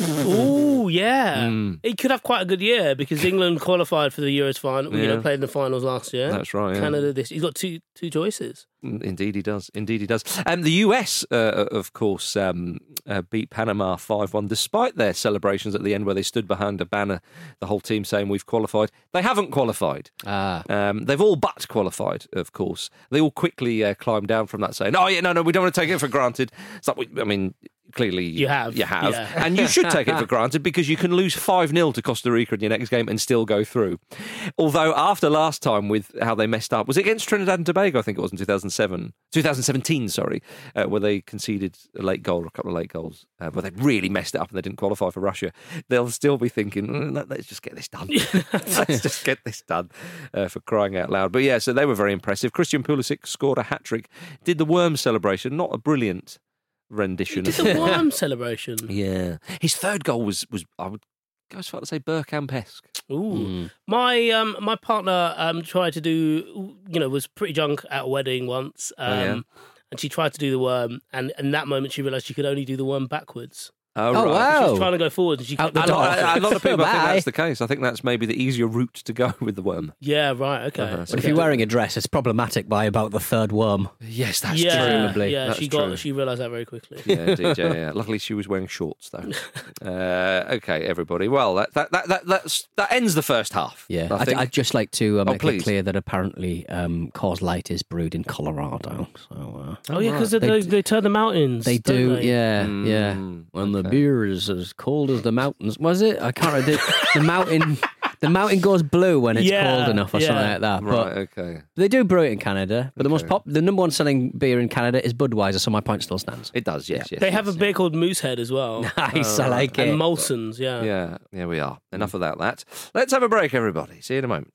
Speaker 5: Ooh, yeah. He could have quite a good year because England qualified for the Euros final. You know,
Speaker 4: Yeah.
Speaker 5: played in the finals last year.
Speaker 4: That's right, yeah.
Speaker 5: Canada. This he's got two two choices.
Speaker 4: Mm, Indeed, he does. Indeed, he does. Um, the US, uh, of course, um, uh, beat Panama 5 1, despite their celebrations at the end where they stood behind a banner, the whole team saying, We've qualified. They haven't qualified.
Speaker 6: Ah,
Speaker 4: Um, they've all but qualified, of course. They all quickly uh, climbed down from that, saying, "Oh yeah, no, no, we don't want to take it for granted." It's like, we- I mean, clearly
Speaker 5: You have,
Speaker 4: you have,
Speaker 5: yeah.
Speaker 4: and you should take it for granted because you can lose five 0 to Costa Rica in your next game and still go through. Although after last time with how they messed up, was it against Trinidad and Tobago? I think it was in 2007, 2017, sorry, uh, where they conceded a late goal, a couple of late goals, uh, where they really messed it up and they didn't qualify for Russia. They'll still be thinking, "Mm, let- let's just get this done. let's just get this done uh, for crying out loud. But yeah, so they were very impressive. Christian Pulisic scored a hat trick, did the worm celebration, not a brilliant rendition.
Speaker 5: It's
Speaker 4: of
Speaker 5: a
Speaker 4: it.
Speaker 5: worm celebration.
Speaker 4: yeah, his third goal was was I would go as far to say Burkamp esque.
Speaker 5: Ooh. My um my partner um tried to do you know was pretty drunk at a wedding once. Um
Speaker 4: yeah.
Speaker 5: and she tried to do the worm and in that moment she realized she could only do the worm backwards.
Speaker 6: Oh, wow.
Speaker 5: She was trying to go forward and she
Speaker 6: Out the
Speaker 4: A
Speaker 5: I
Speaker 6: door.
Speaker 5: don't-
Speaker 4: lot, a lot of people I think
Speaker 6: Bye.
Speaker 4: that's the case. I think that's maybe the easier route to go with the worm.
Speaker 5: Yeah, right, okay.
Speaker 4: Uh-huh, so
Speaker 6: but if you're wearing a dress, it's problematic by about the third worm.
Speaker 4: Yes, that's
Speaker 5: yeah,
Speaker 6: presumably.
Speaker 5: Yeah,
Speaker 4: That's
Speaker 5: she got
Speaker 4: true.
Speaker 5: she realized that very quickly.
Speaker 4: yeah, indeed, yeah, yeah. Luckily, she was wearing shorts though. Uh, okay, everybody. Well, that that that that that's, that ends the first half.
Speaker 6: Yeah,
Speaker 4: I
Speaker 6: I'd,
Speaker 4: think.
Speaker 6: I'd just like to
Speaker 4: Oh,
Speaker 6: uh, make it
Speaker 4: please.
Speaker 6: clear that apparently um, Cause Light is brewed in Colorado. So uh,
Speaker 5: Oh yeah, because
Speaker 6: They
Speaker 5: they,
Speaker 6: d-
Speaker 5: they turn the mountains.
Speaker 6: they
Speaker 5: don't
Speaker 6: do,
Speaker 5: they?
Speaker 6: yeah,
Speaker 4: Mm,
Speaker 6: yeah. When the beer is as cold as the mountains, was it? I can't remember. the, the mountain, the mountain goes blue when it's
Speaker 5: Yeah,
Speaker 6: cold enough, or
Speaker 5: yeah.
Speaker 6: something like that. But
Speaker 4: Right. Okay.
Speaker 6: they do brew it in Canada. But the most pop, the number one selling beer in Canada is Budweiser. So my point still stands.
Speaker 4: It does. Yes. Yes.
Speaker 5: They have a
Speaker 4: yes,
Speaker 5: beer called Moosehead as well. Um,
Speaker 6: Nice, I like
Speaker 5: and
Speaker 6: it.
Speaker 5: Molson's, yeah.
Speaker 4: Yeah, here we are. Enough about that. Let's have a break, everybody. See you in a moment.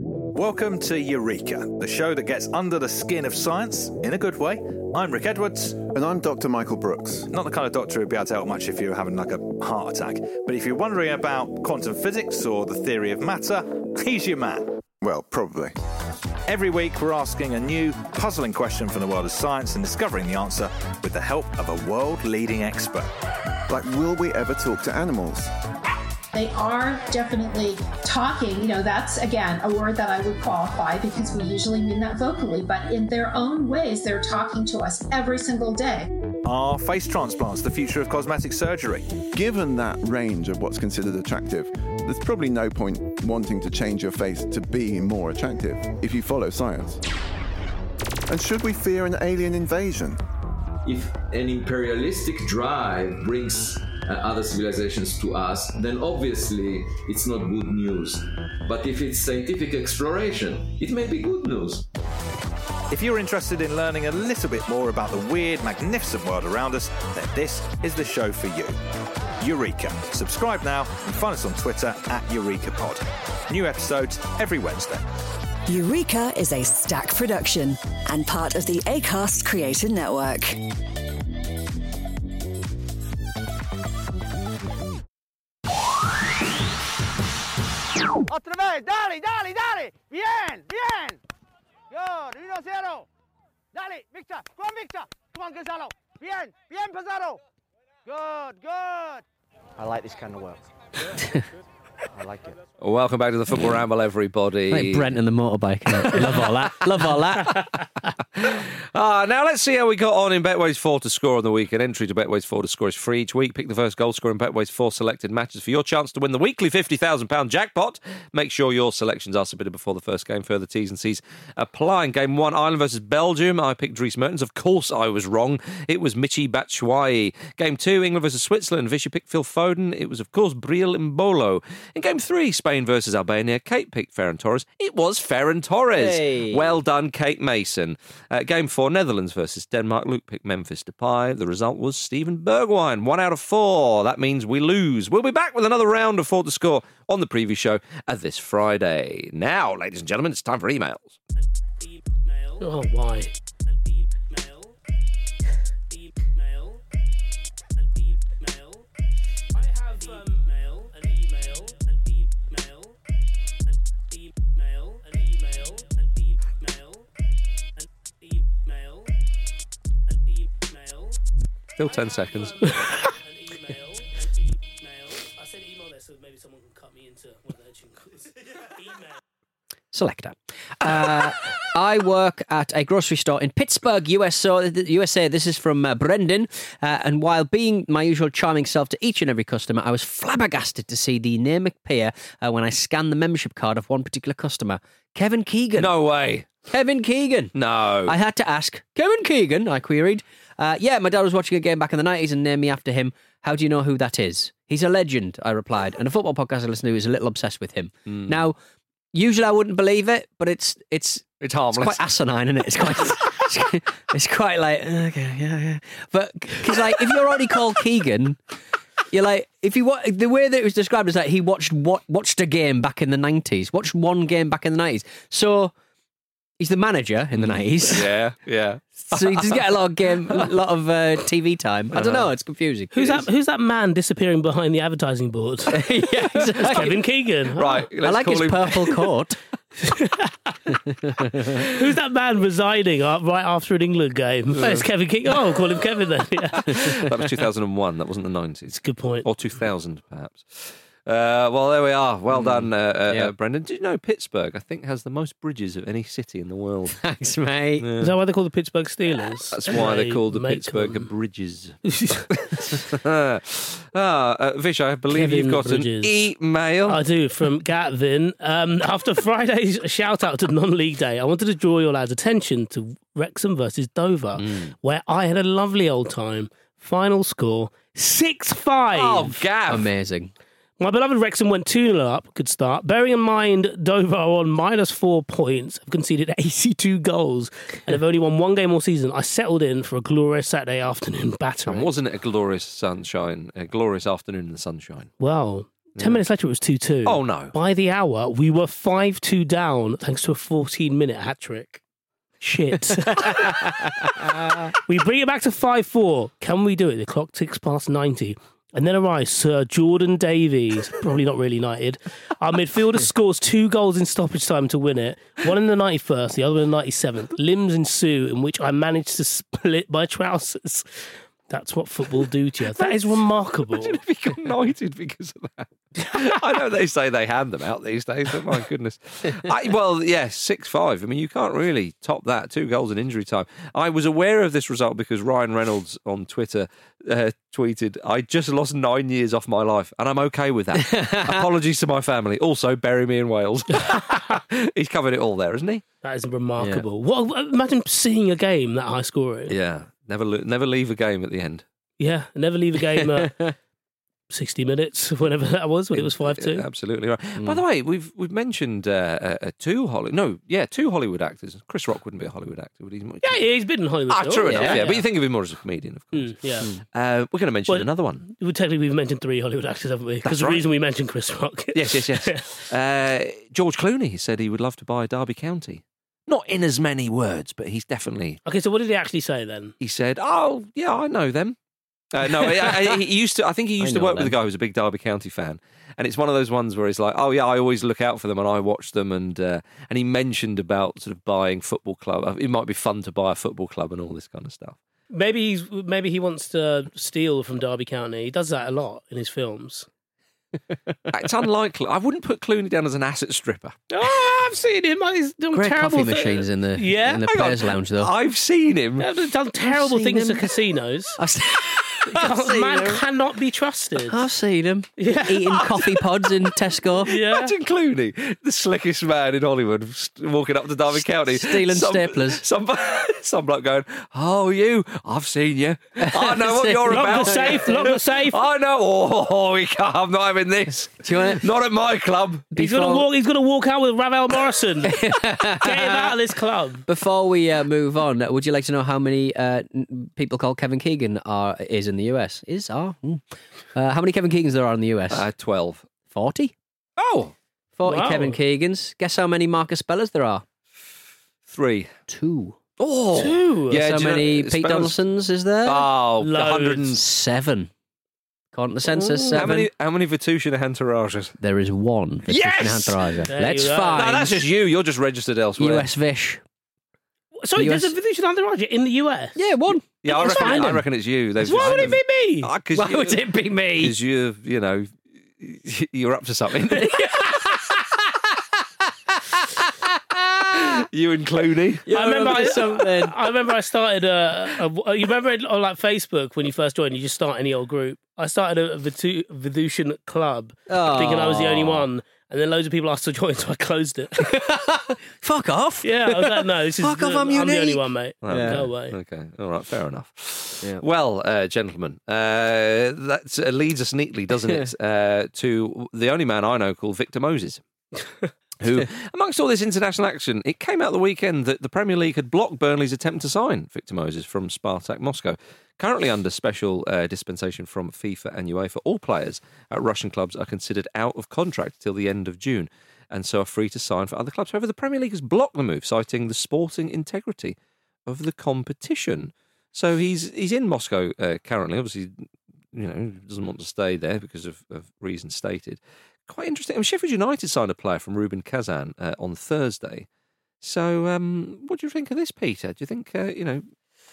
Speaker 7: Welcome to Eureka, the show that gets under the skin of science in a good way. I'm Rick Edwards.
Speaker 8: And I'm Dr. Michael Brooks.
Speaker 7: Not the kind of doctor who'd be able to help much if you were having like a heart attack. But if you're wondering about quantum physics or the theory of matter, he's your man.
Speaker 8: Well, probably.
Speaker 7: Every week, we're asking a new, puzzling question from the world of science and discovering the answer with the help of a world leading expert.
Speaker 8: Like, will we ever talk to animals?
Speaker 9: They are definitely talking. You know, that's again a word that I would qualify because we usually mean that vocally, but in their own ways, they're talking to us every single day.
Speaker 7: Are face transplants the future of cosmetic surgery?
Speaker 8: Given that range of what's considered attractive, there's probably no point wanting to change your face to be more attractive if you follow science. And should we fear an alien invasion?
Speaker 10: If an imperialistic drive brings uh, other civilizations to us, then obviously it's not good news. But if it's scientific exploration, it may be good news.
Speaker 7: If you're interested in learning a little bit more about the weird, magnificent world around us, then this is the show for you. Eureka. Subscribe now and find us on Twitter at EurekaPod. New episodes every Wednesday.
Speaker 11: Eureka is a stack production and part of the ACAST Creator Network.
Speaker 12: Otra vez, dale, dale, dale. Bien, bien. Good, 1-0. Dale, Victor, go on, Victor. Come on, Gonzalo. Bien, bien, Pizarro. Good, good.
Speaker 13: I like this kind of work. I like it.
Speaker 4: Welcome back to the Football Ramble, everybody.
Speaker 6: Like Brent and the motorbike. Love all that. Love all that.
Speaker 4: Ah, now let's see how we got on in Betway's four to score on the weekend. Entry to Betway's four to score is free each week. Pick the first goal scorer in Betway's four selected matches for your chance to win the weekly fifty thousand pound jackpot. Make sure your selections are submitted before the first game. Further T's and C's apply. In game one, Ireland versus Belgium. I picked Dries Mertens. Of course, I was wrong. It was Michi Batshuayi. Game two, England versus Switzerland. Vishy picked Phil Foden. It was of course Briel Mbolo. In game three, Spain versus Albania. Kate picked Ferran Torres. It was Ferran Torres.
Speaker 14: Hey.
Speaker 4: Well done, Kate Mason. Uh, game four, Netherlands versus Denmark. Luke picked Memphis Depay. The result was Steven Bergwijn. One out of four. That means we lose. We'll be back with another round of four to score on the preview show uh, this Friday. Now, ladies and gentlemen, it's time for emails.
Speaker 5: Oh, why? um,
Speaker 4: Still 10 seconds.
Speaker 5: I said email there so maybe someone can cut me into one of their jingles. email.
Speaker 6: Selector. Uh, I work at a grocery store in Pittsburgh, USA. USA. This is from uh, Brendan. Uh, and while being my usual charming self to each and every customer, I was flabbergasted to see the name appear uh, when I scanned the membership card of one particular customer, Kevin Keegan.
Speaker 4: No way.
Speaker 6: Kevin Keegan.
Speaker 4: No.
Speaker 6: I had to ask, Kevin Keegan? I queried. Uh, yeah, my dad was watching a game back in the 90s and named me after him. How do you know who that is? He's a legend, I replied. And a football podcast I listen to is a little obsessed with him. Now, usually I wouldn't believe it, but it's it's
Speaker 4: it's harmless.
Speaker 6: quite asinine, isn't it? It's quite it's quite like okay, yeah, yeah. But because like if you're already called Keegan, you're like if you wa- the way that it was described is like he watched what watched a game back in the nineties, watched one game back in the nineties. So he's the manager in the nineties.
Speaker 4: Yeah, yeah.
Speaker 6: So he doesn't get a lot of game, a lot of uh, TV time. I don't know. It's confusing.
Speaker 5: Who's that? Who's that man disappearing behind the advertising board? yeah,
Speaker 6: exactly.
Speaker 5: Kevin Keegan.
Speaker 4: Right,
Speaker 6: I like his purple coat.
Speaker 5: Who's that man resigning uh, right after an England game? Oh, it's Kevin Keegan. Oh, call him Kevin then. Yeah.
Speaker 4: that was 2001. That wasn't the 90s. It's a
Speaker 5: good point.
Speaker 4: Or 2000, perhaps. Uh, well, there we are.
Speaker 5: Hmm.
Speaker 4: Well done, uh, uh, uh, Brendan. Did you know Pittsburgh, I think, has the most bridges of any city in the world?
Speaker 6: Thanks, mate.
Speaker 5: Is that why they're called the Pittsburgh Steelers?
Speaker 4: That's why they're called the
Speaker 5: make
Speaker 4: Pittsburgh
Speaker 5: them.
Speaker 4: Bridges. ah, uh, Vish, I believe
Speaker 5: Kevin
Speaker 4: you've got
Speaker 5: Bridges.
Speaker 4: an email.
Speaker 5: I do from Gatvin. Um, after Friday's shout out to non league day, I wanted to draw your lads' attention to Wrexham versus Dover,
Speaker 4: Mm.
Speaker 5: where I had a lovely old time. Final score 6 5.
Speaker 6: Oh, Gav. Amazing.
Speaker 5: My beloved Wrexham went 2 0 up, good start. Bearing in mind, Dover are on minus four points, have conceded 82 goals, and have only won one game all season. I settled in for a glorious Saturday afternoon
Speaker 4: And
Speaker 5: battering.
Speaker 4: wasn't it a glorious sunshine, a glorious afternoon in the sunshine?
Speaker 5: Well, 10 minutes later, it was 2 2.
Speaker 4: Oh, no.
Speaker 5: By the hour, we were 5 2 down thanks to a 14 minute hat trick. Shit. we bring it back to 5 4. Can we do it? The clock ticks past 90. And then arrives Sir Jordan Davies, probably not really United. Our midfielder scores two goals in stoppage time to win it. One in the 91st, the other in the 97th. Limbs ensue, in which I managed to split my trousers. That's what football do to you. That is remarkable.
Speaker 4: Imagine if he got knighted because of that. I know they say they hand them out these days, but my goodness. I, well, yeah, 6 5. I mean, you can't really top that. Two goals in injury time. I was aware of this result because Ryan Reynolds on Twitter uh, tweeted, I just lost nine years off my life, and I'm okay with that. Apologies to my family. Also, bury me in Wales. He's covered it all there, isn't he?
Speaker 5: That is remarkable. What? Imagine seeing a game that high scoring.
Speaker 4: Yeah. Never, lo- never leave a game at the end.
Speaker 5: Yeah, never leave a game at 60 minutes, whenever that was, when it was Mm. 5 2.
Speaker 4: Absolutely right. By the way, we've we've mentioned uh, uh, uh, two Hollywood, no, yeah, two Hollywood actors. Chris Rock wouldn't be a Hollywood actor, would he?
Speaker 5: Yeah, yeah, he's been in Hollywood.
Speaker 4: Ah,
Speaker 5: before,
Speaker 4: true enough, yeah, but you think of him more as a comedian, of course.
Speaker 5: Mm, yeah.
Speaker 4: Uh, we're going to mention
Speaker 5: Well,
Speaker 4: another one.
Speaker 5: Well, technically, we've mentioned three Hollywood actors, haven't we? Because
Speaker 4: That's
Speaker 5: the
Speaker 4: right.
Speaker 5: reason we mentioned Chris Rock.
Speaker 4: Yes, yes, yes. uh, George Clooney said he would love to buy Derby County. Not in as many words, but he's definitely.
Speaker 5: Okay, so what did he actually say then?
Speaker 4: He said, "Oh, yeah, I know them." Uh, no, I, I, he used to. I think he
Speaker 5: I
Speaker 4: used to
Speaker 5: know
Speaker 4: work with a
Speaker 5: them.
Speaker 4: guy who was a big Derby County fan, and it's one of those ones where he's like, "Oh yeah, I always look out for them, and I watch them." And uh, and he mentioned about sort of buying football club. uh, It might be fun to buy a football club and all this kind of stuff.
Speaker 5: Maybe he's maybe he wants to steal from Derby County. He does that a lot in his films.
Speaker 4: It's unlikely. I wouldn't put Clooney down as an asset stripper.
Speaker 5: Oh, I've seen him. He's done
Speaker 6: Great
Speaker 5: terrible
Speaker 6: coffee
Speaker 5: thi-
Speaker 6: machines in the
Speaker 5: Yeah.
Speaker 6: in the
Speaker 5: Hang on.
Speaker 6: players' lounge though.
Speaker 4: I've seen him.
Speaker 5: They've done terrible
Speaker 6: seen
Speaker 5: things
Speaker 6: him.
Speaker 5: to casinos.
Speaker 6: seen
Speaker 5: man
Speaker 6: him.
Speaker 5: cannot be trusted.
Speaker 6: I've seen him
Speaker 5: Yeah.
Speaker 6: eating coffee pods in Tesco.
Speaker 4: Imagine Clooney, the slickest man in Hollywood, st- walking up to Derby County,
Speaker 6: stealing staplers.
Speaker 4: Some, some bloke going, "Oh, you! I've seen you. I know what you're
Speaker 5: Lock the
Speaker 4: about.
Speaker 5: safe, lock the safe.
Speaker 4: I know. Oh, we can't. I'm not having this.
Speaker 6: Do you want
Speaker 4: Not at my club.
Speaker 5: He's gonna
Speaker 6: Before-
Speaker 5: walk. He's gonna walk out with Ravel Morrison. Get him out of this club.
Speaker 6: Before we uh, move on, uh, would you like to know how many uh, n- people called Kevin Keegan are is in the US? Is are Mm. uh, how many Kevin Keegans there are in the US?
Speaker 4: Uh, Twelve.
Speaker 6: Forty.
Speaker 4: Oh,
Speaker 6: Forty
Speaker 4: Wow.
Speaker 6: Kevin Keegans. Guess how many Marcus Spellers there are?
Speaker 4: Three.
Speaker 6: Two.
Speaker 4: Oh,
Speaker 5: Two.
Speaker 4: Yeah,
Speaker 6: so
Speaker 4: do you know-
Speaker 6: many Pete
Speaker 4: Spellers-
Speaker 6: Donaldsons is there?
Speaker 4: Oh,
Speaker 5: Loads.
Speaker 4: 107.
Speaker 6: According to the census,
Speaker 4: How
Speaker 6: seven.
Speaker 4: many? How many Vitusian entourages?
Speaker 6: There is one. Vitusian
Speaker 4: Yes!
Speaker 6: Anthraiser.
Speaker 5: There
Speaker 6: Let's
Speaker 5: you are.
Speaker 4: No,
Speaker 6: find
Speaker 4: that's just you. You're just registered elsewhere.
Speaker 6: US Vish.
Speaker 5: Sorry,
Speaker 6: The US
Speaker 5: there's a physician underwriter in the US.
Speaker 6: Yeah, one.
Speaker 4: Yeah, I
Speaker 5: Let's
Speaker 4: reckon,
Speaker 5: find
Speaker 4: I
Speaker 5: him.
Speaker 4: reckon it's you. They've
Speaker 5: Why
Speaker 4: just-
Speaker 5: would it be me?
Speaker 4: Ah, 'cause
Speaker 6: Why
Speaker 4: you-
Speaker 6: would it be me?
Speaker 4: because you you know you're up to something. you and Clooney.
Speaker 6: You're
Speaker 5: I remember
Speaker 6: up
Speaker 5: I,
Speaker 6: to something.
Speaker 5: I remember I started a, a- You remember it on like Facebook when you first joined? You just start any old group. I started a Vitu, Vidushan club, thinking I was the only
Speaker 6: Aw.
Speaker 5: one, and then loads of people asked to join, so I closed it.
Speaker 6: Fuck off.
Speaker 5: yeah, I was like, no, this is
Speaker 6: Fuck off,
Speaker 5: the,
Speaker 6: I'm
Speaker 5: the only
Speaker 6: unique.
Speaker 5: one, mate.
Speaker 4: Yeah.
Speaker 5: Go away.
Speaker 4: Okay, all right, fair enough.
Speaker 6: Yeah.
Speaker 4: Well, uh, gentlemen, uh, that uh, leads us neatly, doesn't it, uh, to the only man I know called Victor Moses. Who, amongst all this international action, it came out the weekend that the Premier League had blocked Burnley's attempt to sign Victor Moses from Spartak Moscow, currently under special uh, dispensation from FIFA and UEFA. All players at Russian clubs are considered out of contract till the end of June, and so are free to sign for other clubs. However, the Premier League has blocked the move, citing the sporting integrity of the competition. So he's he's in Moscow uh, currently. Obviously, you know doesn't want to stay there because of, of reasons stated. Quite interesting. I mean, Sheffield United signed a player from Ruben Kazan uh, on Thursday. So um, what do you think of this, Peter? Do you think uh, you know?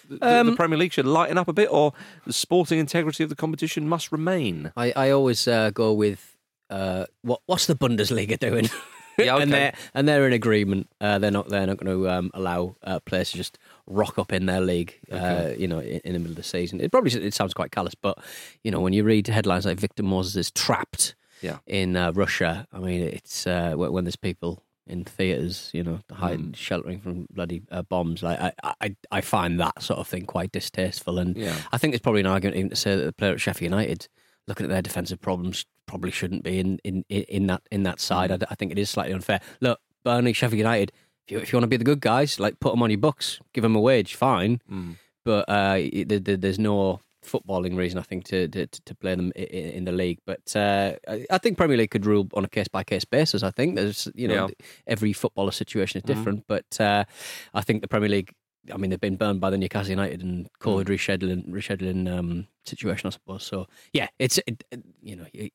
Speaker 4: The, the- the
Speaker 6: Um,
Speaker 4: Premier League should lighten up a bit, or the sporting integrity of the competition must remain.
Speaker 6: I, I always uh, go with uh, what what's the Bundesliga doing?
Speaker 4: Yeah, okay.
Speaker 6: and they're and they're in agreement. Uh, they're not they're not going to um, allow uh, players to just rock up in their league. Uh, you know, in, in the middle of the season. It probably it sounds quite callous, but you know when you read headlines like Victor Moses is trapped
Speaker 4: Yeah.
Speaker 6: in uh, Russia. I mean, it's uh, when when there's people in theaters, you know, hiding,
Speaker 4: Mm.
Speaker 6: sheltering from bloody uh, bombs. Like I, I, I find that sort of thing quite distasteful, and
Speaker 4: Yeah.
Speaker 6: I think there's probably an argument even to say that the player at Sheffield United, looking at their defensive problems, probably shouldn't be in in, in, in that in that side.
Speaker 4: Mm.
Speaker 6: I, d- I think it is slightly unfair. Look, Burnley, Sheffield United. If you, if you want to be the good guys, like put them on your books, give them a wage, fine. But uh, it- there- there- there's no footballing reason, I think, to to, to play them i- i- in the league. But uh, I I think Premier League could rule on a case by case basis. I think there's you know
Speaker 4: Yeah.
Speaker 6: every footballer situation is
Speaker 4: Mhm.
Speaker 6: different, but uh, I think the Premier League I mean, they've been burned by the Newcastle United
Speaker 4: Mm.
Speaker 6: and COVID rescheduling rescheduling um, situation, I suppose. So yeah, it's it, it- you know he,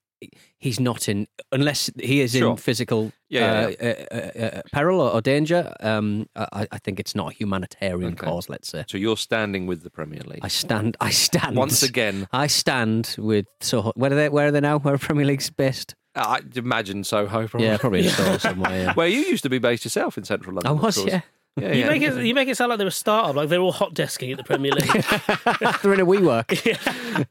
Speaker 6: he's not in unless he is
Speaker 4: Sure.
Speaker 6: in physical
Speaker 4: Yeah,
Speaker 6: uh, Uh, uh, uh, peril or, or danger. Um, I, I think it's not a humanitarian
Speaker 4: Okay.
Speaker 6: cause. Let's say.
Speaker 4: So you're standing with the Premier League.
Speaker 6: I stand. I stand
Speaker 4: Once again.
Speaker 6: I stand with Soho. Where are they? Where are they now? Where are Premier League's based?
Speaker 4: I imagine Soho, probably.
Speaker 6: Yeah, probably in Soho somewhere, yeah.
Speaker 4: Where you used to be based yourself in Central London.
Speaker 6: I
Speaker 4: of
Speaker 6: was,
Speaker 4: course.
Speaker 6: yeah.
Speaker 4: yeah,
Speaker 5: you
Speaker 4: yeah.
Speaker 5: make it you make it sound like they're a startup, like they're all hot desking at the Premier League.
Speaker 6: They're in a WeWork.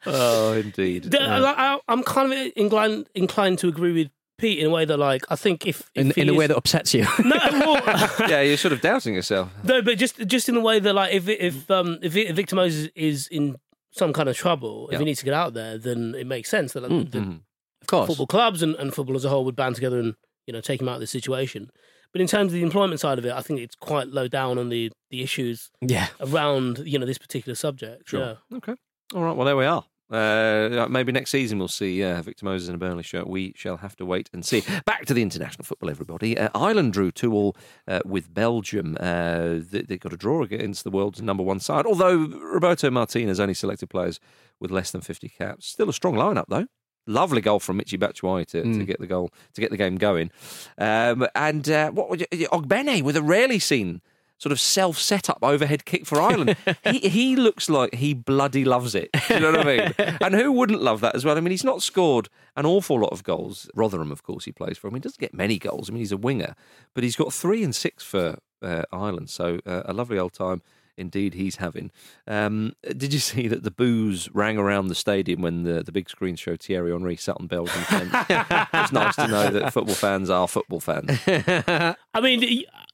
Speaker 4: oh, indeed.
Speaker 5: The- like, I, I'm kind of inclined inclined to agree with Pete in a way that, like, I think if, if
Speaker 6: in,
Speaker 5: he
Speaker 6: in a way
Speaker 5: is-
Speaker 6: that upsets you.
Speaker 4: yeah, you're sort of doubting yourself.
Speaker 5: No, but just just in the way that like if if um if Vi- Victor Moses is in some kind of trouble, if
Speaker 4: Yeah.
Speaker 5: he needs to get out there, then it makes sense that like,
Speaker 6: Hmm,
Speaker 4: Mm.
Speaker 5: the
Speaker 4: Mhm.
Speaker 6: Of course.
Speaker 5: football clubs and, and football as a whole would band together and you know take him out of this situation. But in terms of the employment side of it, I think it's quite low down on the the issues
Speaker 6: Yeah.
Speaker 5: around you know this particular subject.
Speaker 4: Sure.
Speaker 5: Yeah.
Speaker 4: Okay. All right. Well, there we are. Uh, maybe next season we'll see uh, Victor Moses in a Burnley shirt. We shall have to wait and see. Back to the international football, everybody. Uh, Ireland drew two all uh, with Belgium. Uh, they, they got a draw against the world's number one side. Although Roberto Martinez only selected players with less than fifty caps. Still a strong lineup though. Lovely goal from Michi Batshuayi to, to
Speaker 6: Mm.
Speaker 4: get the goal to get the game going. Um, and uh, what would you, Ogbene with a rarely seen sort of self set up overhead kick for Ireland. he he looks like he bloody loves it. Do you know what I mean? And who wouldn't love that as well? I mean, he's not scored an awful lot of goals. Rotherham, of course, he plays for. I mean, he doesn't get many goals. I mean, he's a winger, but he's got three and six for uh, Ireland. So uh, a lovely old time. Indeed, he's having. Um, did you see that the boos rang around the stadium when the, the big screen showed Thierry Henry sat on Belgium fence? it's nice to know that football fans are football fans.
Speaker 5: I mean,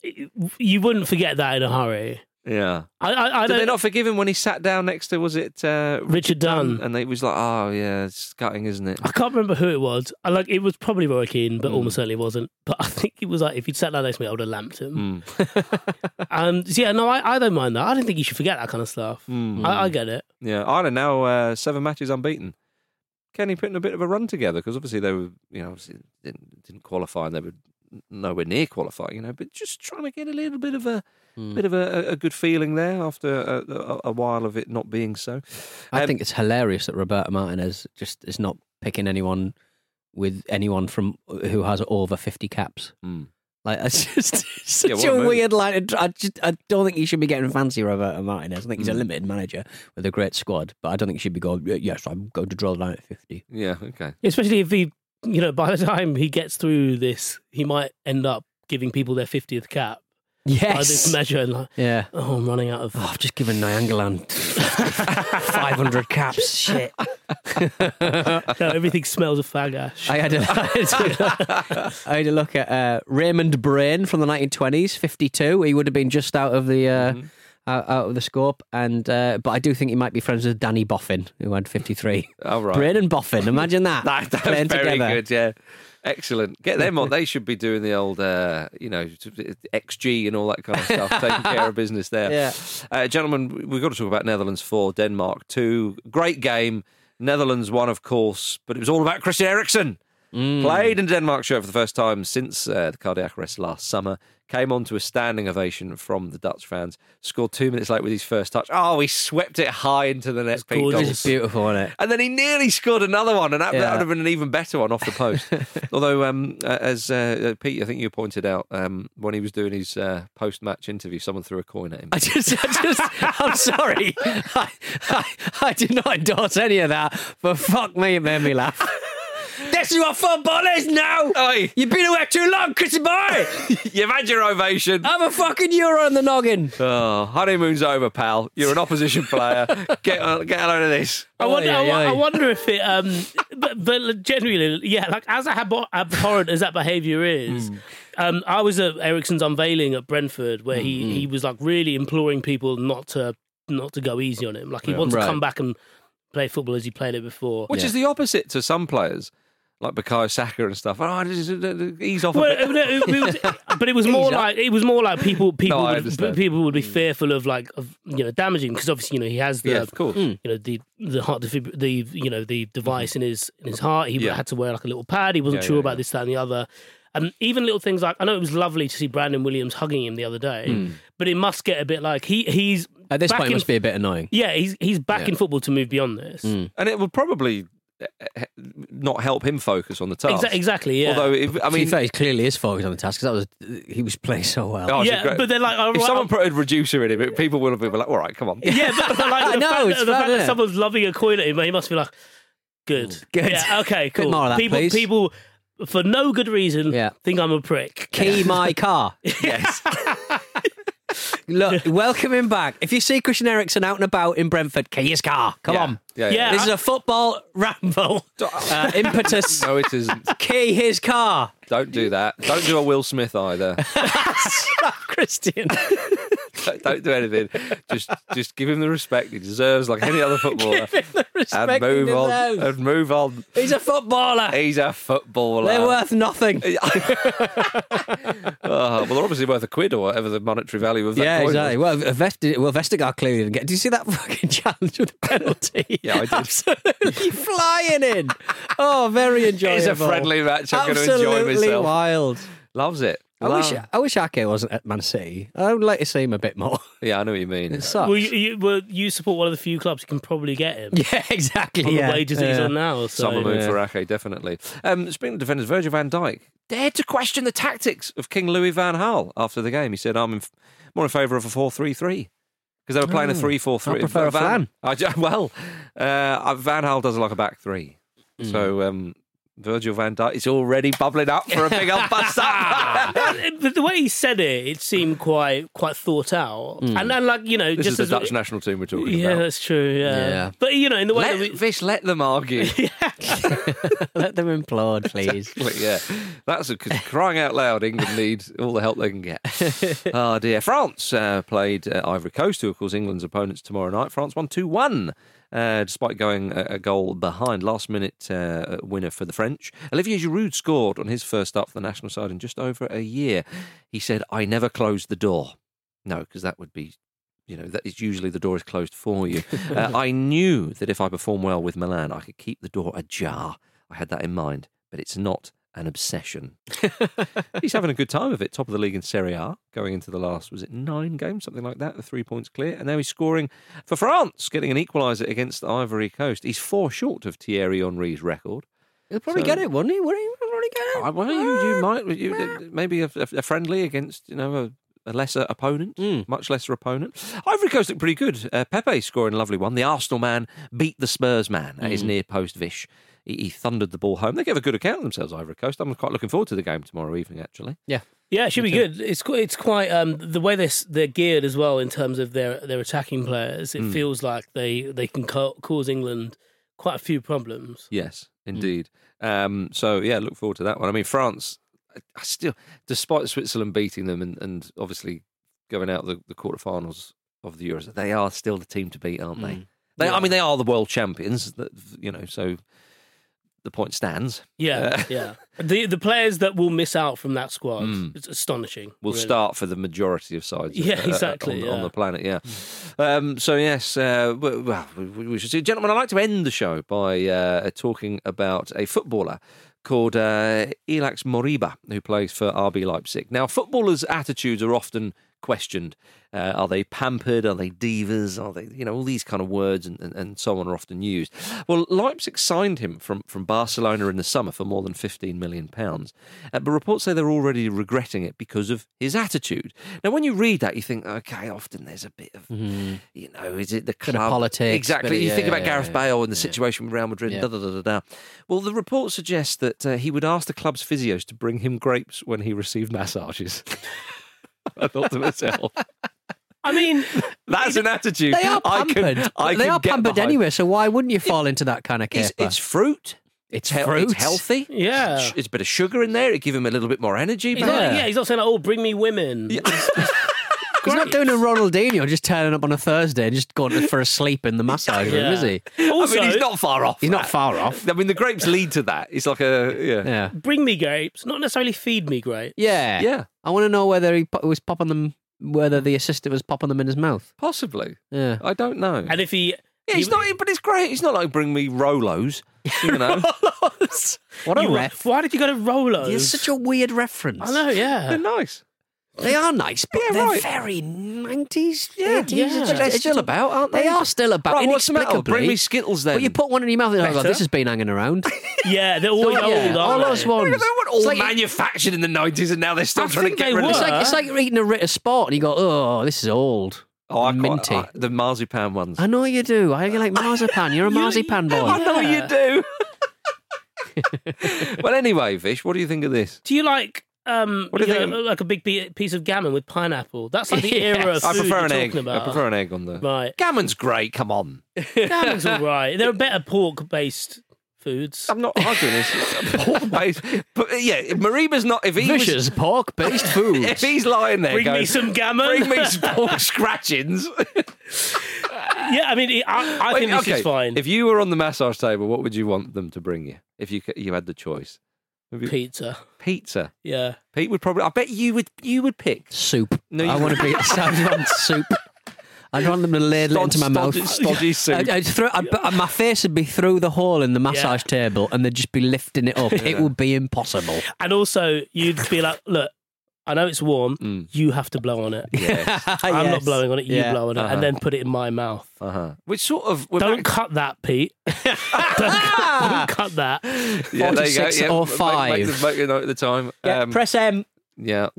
Speaker 5: y- you wouldn't forget that in a hurry.
Speaker 4: Yeah.
Speaker 5: I, I, I
Speaker 4: Did they
Speaker 5: don't-
Speaker 4: not forgive him when he sat down next to was it uh,
Speaker 5: Richard Dunn?
Speaker 4: And they was like, oh yeah, it's gutting, isn't it?
Speaker 5: I can't remember who it was. I like it was probably Roy Keane,
Speaker 4: Hmm.
Speaker 5: but almost certainly wasn't. But I think it was like if he'd sat down next to me, I would have lamped
Speaker 4: Hmm.
Speaker 5: him. um, so yeah, no, I, I don't mind that. I don't think you should forget that kind of stuff.
Speaker 4: Mm.
Speaker 5: I, I get it.
Speaker 4: Yeah, Ireland now uh, seven matches unbeaten. Kenny putting a bit of a run together because obviously they were, you know, obviously didn't, didn't qualify and they were nowhere near qualifying, you know, but just trying to get a little bit of a
Speaker 6: Hmm.
Speaker 4: bit of a, a good feeling there after a, a, a while of it not being so.
Speaker 6: I
Speaker 4: Um,
Speaker 6: think it's hilarious that Roberto Martinez just is not picking anyone with anyone from who has over fifty caps.
Speaker 4: hmm,
Speaker 6: Like that's just such
Speaker 4: what
Speaker 6: a
Speaker 4: a move.
Speaker 6: weird line. I just I don't think you should be getting fancy Roberto Martinez. I think he's a limited manager with a great squad, but I don't think you should be going. "Yeah, Yes, I'm going to draw the line at fifty.
Speaker 4: yeah, okay.
Speaker 5: Especially if he, you know, by the time he gets through this, he might end up giving people their fiftieth cap. By
Speaker 6: Yes.
Speaker 5: this measure, and like,
Speaker 6: Yeah.
Speaker 5: oh, I'm running out of.
Speaker 6: I've just given Nyangaland five hundred caps. Shit.
Speaker 5: no, everything smells of fag ash.
Speaker 6: I had a, I had a look at uh, Raymond Brain from the 1920s, 52. He would have been just out of the uh, out, out of the scope, and uh, but I do think he might be friends with Danny Boffin, who had 53.
Speaker 4: All right.
Speaker 6: Brain and Boffin, imagine that.
Speaker 4: That, that's
Speaker 6: playing
Speaker 4: very
Speaker 6: together.
Speaker 4: good. Yeah, excellent. Get them on. They should be doing the old, uh, you know, XG and all that kind of stuff. Taking care of business there.
Speaker 6: Yeah.
Speaker 4: uh, gentlemen, we've got to talk about Netherlands four, Denmark two. Great game. Netherlands won, of course, but it was all about Chris Eriksen.
Speaker 6: Mm.
Speaker 4: Played in Denmark's show for the first time since uh, the cardiac arrest last summer. Came on to a standing ovation from the Dutch fans. Scored two minutes late with his first touch. Oh, he swept it high into the net. Pete
Speaker 6: Gorgeous.
Speaker 4: Dols.
Speaker 6: beautiful, wasn't it?
Speaker 4: And then he nearly scored another one, and that, that
Speaker 6: Yeah.
Speaker 4: would have been an even better one off the post. Although, um, uh, as uh, uh, Pete, I think you pointed out, um, when he was doing his uh, post-match interview, someone threw a coin at him.
Speaker 6: I just, I just, I'm sorry. I, I, I did not endorse any of that, but fuck me, it made me laugh. This is what football is now. You've been away too long, Chrissy boy.
Speaker 4: Oh, You've had your ovation.
Speaker 6: I'm a fucking euro in the noggin.
Speaker 4: Oh, honeymoon's over, pal. You're an opposition player. Get on, get a load of this.
Speaker 5: I wonder, I, wo- I wonder if it, um, but, but genuinely, yeah, like as abhor- abhorrent as that behaviour is,
Speaker 4: Hmm.
Speaker 5: um, I was at Ericsson's unveiling at Brentford where
Speaker 4: Mm-hmm.
Speaker 5: he, he was like really imploring people not to not to go easy on him. Like he
Speaker 4: Yeah.
Speaker 5: wants
Speaker 4: Right.
Speaker 5: to come back and play football as he played it before.
Speaker 4: Which is the opposite to some players, like Bukayo Saka and stuff. Oh, just, uh, ease off
Speaker 5: Well,
Speaker 4: a
Speaker 5: it-
Speaker 4: bit.
Speaker 5: it- it was- but it was more
Speaker 4: Ease up.
Speaker 5: like it was more like people people
Speaker 4: No, I
Speaker 5: would,
Speaker 4: understand. Mm.
Speaker 5: people would be fearful of like of, you know damaging because obviously you know he has the
Speaker 4: Yeah, of course.
Speaker 5: you know the the heart defib- the you know the device in his in his heart he
Speaker 4: Yeah.
Speaker 5: had to wear like a little pad he wasn't
Speaker 4: Yeah,
Speaker 5: sure
Speaker 4: yeah,
Speaker 5: about
Speaker 4: Hmm.
Speaker 5: this that and the other and even little things like I know it was lovely to see Brandon Williams hugging him the other day but it must get a bit like he he's
Speaker 6: At this
Speaker 5: back
Speaker 6: point, it
Speaker 5: in-
Speaker 6: must be a bit annoying.
Speaker 5: Yeah, he's he's back
Speaker 4: Yeah. Hmm.
Speaker 5: in football to move beyond this.
Speaker 4: And it would probably uh, he- not help him focus on the task.
Speaker 5: Exa- exactly, yeah.
Speaker 4: Although, if, I
Speaker 6: to be
Speaker 4: mean,
Speaker 6: fair, he clearly is focused on the task because that was he was playing so well.
Speaker 4: oh, it's a great-
Speaker 5: but then like,
Speaker 4: if
Speaker 5: alright,
Speaker 4: someone put a reducer in him, it- people would have been like, "All right, come on."
Speaker 5: Yeah, but, but like the
Speaker 6: No,
Speaker 5: fact,
Speaker 6: it's
Speaker 5: that, the
Speaker 6: fun,
Speaker 5: fact
Speaker 6: isn't
Speaker 5: that
Speaker 6: it?
Speaker 5: someone's loving a coin at him, he must be like, good,
Speaker 6: Good.
Speaker 5: yeah, okay,
Speaker 6: Bit
Speaker 5: cool.
Speaker 6: more of that,
Speaker 5: people,
Speaker 6: please.
Speaker 5: people, for no good reason, think I'm a prick.
Speaker 6: Key my car.
Speaker 4: yes.
Speaker 6: Look, welcome him back. If you see Christian Eriksen out and about in Brentford, key his car. Come
Speaker 4: Yeah.
Speaker 6: on.
Speaker 4: Yeah, yeah.
Speaker 6: This is
Speaker 4: Yeah.
Speaker 6: a football ramble. Uh, impetus.
Speaker 4: No, it isn't.
Speaker 6: Key his car.
Speaker 4: Don't do that. Don't do a Will Smith either.
Speaker 6: Christian.
Speaker 4: don't, don't do anything. Just just give him the respect he deserves, like any other footballer. and
Speaker 6: respect he
Speaker 4: move on.
Speaker 6: deserves.
Speaker 4: And move on.
Speaker 6: He's a footballer.
Speaker 4: He's a footballer.
Speaker 6: They're worth nothing.
Speaker 4: Oh, well, they're obviously worth a quid or whatever the monetary value of that.
Speaker 6: Yeah,
Speaker 4: coin was.
Speaker 6: exactly. Well, uh, Vest- well, Vestergaard clearly didn't get. Did you see that fucking challenge with the penalty?
Speaker 4: Yeah, I did.
Speaker 6: Absolutely flying in. Oh, very enjoyable.
Speaker 4: It's a friendly match. I'm going to enjoy
Speaker 6: Absolutely
Speaker 4: myself.
Speaker 6: wild.
Speaker 4: Loves it.
Speaker 6: I wish I wish Ake wasn't at Man City. I would like to see him a bit more.
Speaker 4: Yeah, I know what you mean.
Speaker 6: It sucks.
Speaker 5: Well, you, you, well, you support one of the few clubs you can probably get him.
Speaker 6: Oh. Yeah, exactly.
Speaker 5: On
Speaker 6: yeah.
Speaker 5: the wages that he's
Speaker 6: Yeah.
Speaker 5: on now. So.
Speaker 4: Summer moon for Ake, definitely. Um, speaking of defenders, Virgil van Dijk dared to question the tactics of King Louis van Gaal after the game. He said, "I'm in f- more in favour of a four-three-three because they were playing a
Speaker 5: Mm.
Speaker 6: Oh,
Speaker 4: three-four-three.
Speaker 6: I prefer a
Speaker 4: van, I ju- well, uh, Van Gaal doesn't like a back three,
Speaker 5: Mm.
Speaker 4: so um, Virgil van Dijk is already bubbling up for a big old bust up.
Speaker 5: uh, the, the way he said it, it seemed quite quite thought out,
Speaker 4: Mm.
Speaker 5: and then like you know,
Speaker 4: this
Speaker 5: just
Speaker 4: is the
Speaker 5: as
Speaker 4: Dutch national team we're talking
Speaker 5: yeah,
Speaker 4: about.
Speaker 5: that's true. Yeah.
Speaker 4: Yeah.
Speaker 5: but you know, in the way
Speaker 4: Let,
Speaker 5: that we,
Speaker 4: Fish, let them argue.
Speaker 6: Let them implode, please.
Speaker 4: But yeah, that's a, 'cause crying out loud. England need all the help they can get. oh dear. France uh, played uh, Ivory Coast, who of course England's opponents tomorrow night. France won two one. Uh, despite going a, a goal behind, last minute uh, winner for the French. Olivier Giroud scored on his first up for the national side in just over a year. He said, I never closed the door. No, because that would be you know, that is usually the door is closed for you. uh, I knew that if I perform well with Milan, I could keep the door ajar. I had that in mind, but it's not an obsession. He's having a good time of it. Top of the league in Serie A, going into the last, was it nine games, something like that, the three points clear. And now he's scoring for France, getting an equaliser against Ivory Coast. He's four short of Thierry Henry's record.
Speaker 6: He'll probably
Speaker 4: So-
Speaker 6: get it, wouldn't he? Would he probably get it?
Speaker 4: I, well, you, you might you, maybe a, a friendly against you know a, a lesser opponent, much lesser opponent. Ivory Coast looked pretty good. Uh, Pepe scoring a lovely one. The Arsenal man beat the Spurs man at his
Speaker 6: Mm.
Speaker 4: near post. Vish he, he thundered the ball home. They gave a good account of themselves. Ivory Coast. I'm quite looking forward to the game tomorrow evening. Actually,
Speaker 6: Yeah.
Speaker 5: Yeah, it should be good. It's quite, it's quite um, the way they're, s- they're geared as well in terms of their, their attacking players. It
Speaker 4: Mm.
Speaker 5: feels like they they can ca- cause England quite a few problems.
Speaker 4: yes, indeed. Um, so yeah, look forward to that one. I mean, France. I- I still, despite Switzerland beating them and, and obviously going out the, the quarterfinals of the Euros, they are still the team to beat, aren't they?
Speaker 5: Mm.
Speaker 4: They, I mean, they are the world champions, that- you know, so the point stands.
Speaker 5: Yeah,
Speaker 4: Uh,
Speaker 5: yeah. The the players that will miss out from that squad
Speaker 4: Mm.
Speaker 5: it's astonishing.
Speaker 4: We'll
Speaker 5: really.
Speaker 4: start for the majority of sides.
Speaker 5: Yeah,
Speaker 4: uh, uh,
Speaker 5: exactly,
Speaker 4: On, on
Speaker 5: yeah.
Speaker 4: the planet, yeah. Um, so, yes, uh, w- well, we we should see. Gentlemen, I'd like to end the show by uh, talking about a footballer called uh, Elax Moriba, who plays for RB Leipzig. Now, footballers' attitudes are often questioned. Uh, are they pampered? Are they divas? Are they, you know, all these kind of words and, and, and so on are often used. Well, Leipzig signed him from, from Barcelona in the summer for more than £15 million. Uh, but reports say they're already regretting it because of his attitude. Now, when you read that, you think, okay, often there's a bit of, you know, is it the
Speaker 6: Mm-hmm. Bit
Speaker 4: club?
Speaker 6: of politics,
Speaker 4: Exactly.
Speaker 6: bit of-
Speaker 4: you
Speaker 6: yeah,
Speaker 4: think about
Speaker 6: yeah,
Speaker 4: Gareth
Speaker 6: yeah.
Speaker 4: Bale and the situation with Real Madrid,
Speaker 6: Yeah.
Speaker 4: da, da, da, da, da. Well, the report suggests that uh, he would ask the club's physios to bring him grapes when he received massages. I thought to myself,
Speaker 5: I mean,
Speaker 4: that's an attitude.
Speaker 6: They are
Speaker 4: I
Speaker 6: pampered.
Speaker 4: can, I
Speaker 6: they
Speaker 4: can
Speaker 6: are
Speaker 4: get
Speaker 6: pampered
Speaker 4: behind.
Speaker 6: anyway, so why wouldn't you fall into that kind of
Speaker 4: It's,
Speaker 6: case?
Speaker 4: it's fruit.
Speaker 6: It's
Speaker 4: hel-
Speaker 6: fruit.
Speaker 4: It's healthy.
Speaker 5: Yeah.
Speaker 4: Sh- It's a bit of sugar in there. It give him a little bit more energy.
Speaker 5: he's not,
Speaker 4: perhaps.
Speaker 5: yeah, he's not saying like, "Oh, bring me women."
Speaker 6: He's not doing a Ronaldinho, just turning up on a Thursday and just going for a sleep in the massage room,
Speaker 5: Yeah.
Speaker 6: is he?
Speaker 5: Also,
Speaker 4: I mean, he's not far off.
Speaker 6: He's not
Speaker 4: that.
Speaker 6: far off.
Speaker 4: I mean, the grapes lead to that. It's like a yeah,
Speaker 6: Yeah.
Speaker 5: bring me grapes, not necessarily feed me grapes.
Speaker 6: Yeah.
Speaker 4: Yeah.
Speaker 6: I want to know whether he po- was popping them, whether the assistant was popping them in his mouth.
Speaker 4: possibly.
Speaker 6: Yeah.
Speaker 4: I don't know.
Speaker 5: And if he,
Speaker 4: Yeah, he's not. But it's great. He's not like bring me Rolos. You know,
Speaker 6: What a
Speaker 5: you-
Speaker 6: ref.
Speaker 5: why did you go to Rolo?
Speaker 6: It's such a weird reference.
Speaker 5: I know, yeah.
Speaker 4: they're nice.
Speaker 6: They are nice, but
Speaker 4: Yeah,
Speaker 6: they're
Speaker 4: right.
Speaker 6: very 90s,
Speaker 4: Yeah,
Speaker 6: 80s.
Speaker 4: yeah.
Speaker 6: It's
Speaker 4: But they're
Speaker 6: just-
Speaker 4: still about, aren't they?
Speaker 6: They are still about.
Speaker 4: Right, what's the matter?
Speaker 6: inexplicably.
Speaker 4: Bring me Skittles then.
Speaker 6: But you put one in your mouth and oh, God,
Speaker 4: Better.
Speaker 6: this has been hanging around.
Speaker 5: Yeah, they're always
Speaker 6: Yeah.
Speaker 5: old, aren't
Speaker 6: All
Speaker 5: they?
Speaker 6: those ones.
Speaker 4: all manufactured in the 90s and now they're still trying to get rid
Speaker 6: It's
Speaker 4: of
Speaker 6: like, it's like you're eating a Ritter Sport and you go, oh, this is old.
Speaker 4: Oh, I quite-
Speaker 6: Minty.
Speaker 4: I- the marzipan ones.
Speaker 6: I know you do. I you like marzipan. You're a marzipan boy.
Speaker 4: I know you do. well, anyway, Vish, what do you think of this?
Speaker 5: Do you like um,
Speaker 4: What do you
Speaker 5: you
Speaker 4: think
Speaker 5: know, like a big be- piece of gammon with pineapple? That's like the era of
Speaker 4: I
Speaker 5: food
Speaker 4: prefer
Speaker 5: you're
Speaker 4: an
Speaker 5: talking
Speaker 4: egg.
Speaker 5: about.
Speaker 4: I prefer an egg on the
Speaker 5: Right.
Speaker 4: Gammon's great. Come on.
Speaker 5: Gammon's all right. There are better pork-based foods.
Speaker 4: I'm not arguing this. pork based, but uh, yeah, Mariba's not. If he
Speaker 6: Vicious
Speaker 4: was
Speaker 6: pork based food.
Speaker 4: if he's lying there,
Speaker 5: Bring me
Speaker 4: going,
Speaker 5: some gammon.
Speaker 4: Bring me some pork scratchings.
Speaker 5: yeah, I mean, I, I
Speaker 4: Wait,
Speaker 5: think this
Speaker 4: okay,
Speaker 5: is fine.
Speaker 4: If you were on the massage table, what would you want them to bring you? If you c- you had the choice, Would you-
Speaker 5: Pizza.
Speaker 4: Pizza.
Speaker 5: Yeah.
Speaker 4: Pete would probably. I bet you would. You would pick.
Speaker 6: soup.
Speaker 4: No, you
Speaker 6: I want to be I want soup. I'd want them to ladle it
Speaker 4: Stod-
Speaker 6: into my mouth.
Speaker 4: stodgy- stodgy soup.
Speaker 6: I'd, I'd throw, I'd, I'd- my face would be through the hole in the massage table, and they'd just be lifting it up. It would be impossible.
Speaker 5: And also, you'd be like, look, I know it's warm.
Speaker 4: Mm.
Speaker 5: You have to blow on it. I'm not
Speaker 6: Yes.
Speaker 5: blowing on it. You
Speaker 6: Yeah.
Speaker 5: blow on it,
Speaker 6: Uh-huh.
Speaker 5: and then put it in my mouth.
Speaker 4: Uh-huh. Which sort of
Speaker 5: don't cut that, Pete. don't, cut, don't cut that.
Speaker 4: Yeah, there you go.
Speaker 6: 46
Speaker 4: Yeah,
Speaker 6: or
Speaker 4: make- Make,
Speaker 6: five.
Speaker 4: the, make the note at the time. Um,
Speaker 6: Press M.
Speaker 4: yeah.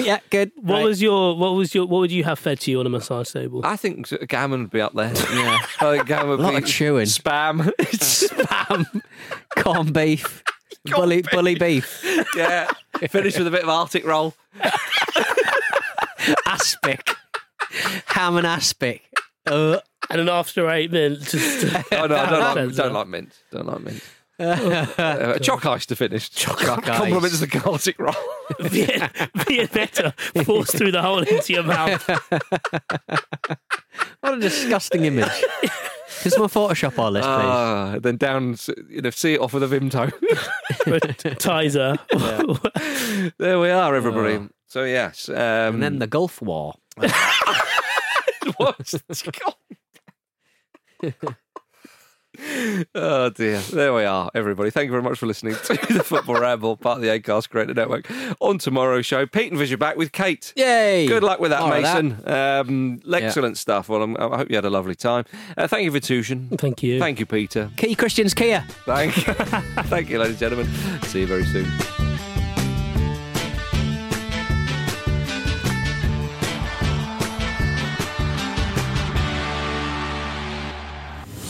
Speaker 6: yeah, good.
Speaker 5: What
Speaker 6: Right. Uh,
Speaker 5: was your what was your what would you have fed to you on a massage table?
Speaker 4: I think Gammon would be up there. Yeah. I think Gammon would
Speaker 6: Lot
Speaker 4: be
Speaker 6: of chewing.
Speaker 4: Spam.
Speaker 6: spam, corned beef, bully, bully beef,
Speaker 4: yeah. Finish with a bit of Arctic roll.
Speaker 6: aspic, ham and aspic. Uh,
Speaker 5: and then after eight minutes, just
Speaker 4: Oh, no, I don't like,
Speaker 5: Sounds
Speaker 4: don't
Speaker 6: uh,
Speaker 5: right.
Speaker 4: like mint. Don't like mint. Uh, choc ice to finish. Choc
Speaker 6: ice.
Speaker 4: Compliments the Arctic roll.
Speaker 5: Vien- Viennetta forced through the hole into your mouth.
Speaker 6: what a disgusting image. Can someone Photoshop all this, please?
Speaker 4: Ah, then down, you know, see it off with a Vimto.
Speaker 5: Tizer.
Speaker 4: there we are, everybody. So, yes. Um,
Speaker 6: Oh. and then the Gulf War.
Speaker 4: What's Oh dear. There we are, everybody. Thank you very much for listening to the Football Ramble, part of the Acast Creator Network. On tomorrow's show, Pete and Vish are back with Kate.
Speaker 6: Yay!
Speaker 4: Good luck with that,
Speaker 6: All right,
Speaker 4: Mason. Um, excellent stuff. Well, I'm, I hope you had a lovely time. Uh, thank you for tuition.
Speaker 5: Thank you.
Speaker 4: Thank you, Peter.
Speaker 6: Key Christians Kia.
Speaker 4: Thank you. thank you, ladies and gentlemen. See you very soon.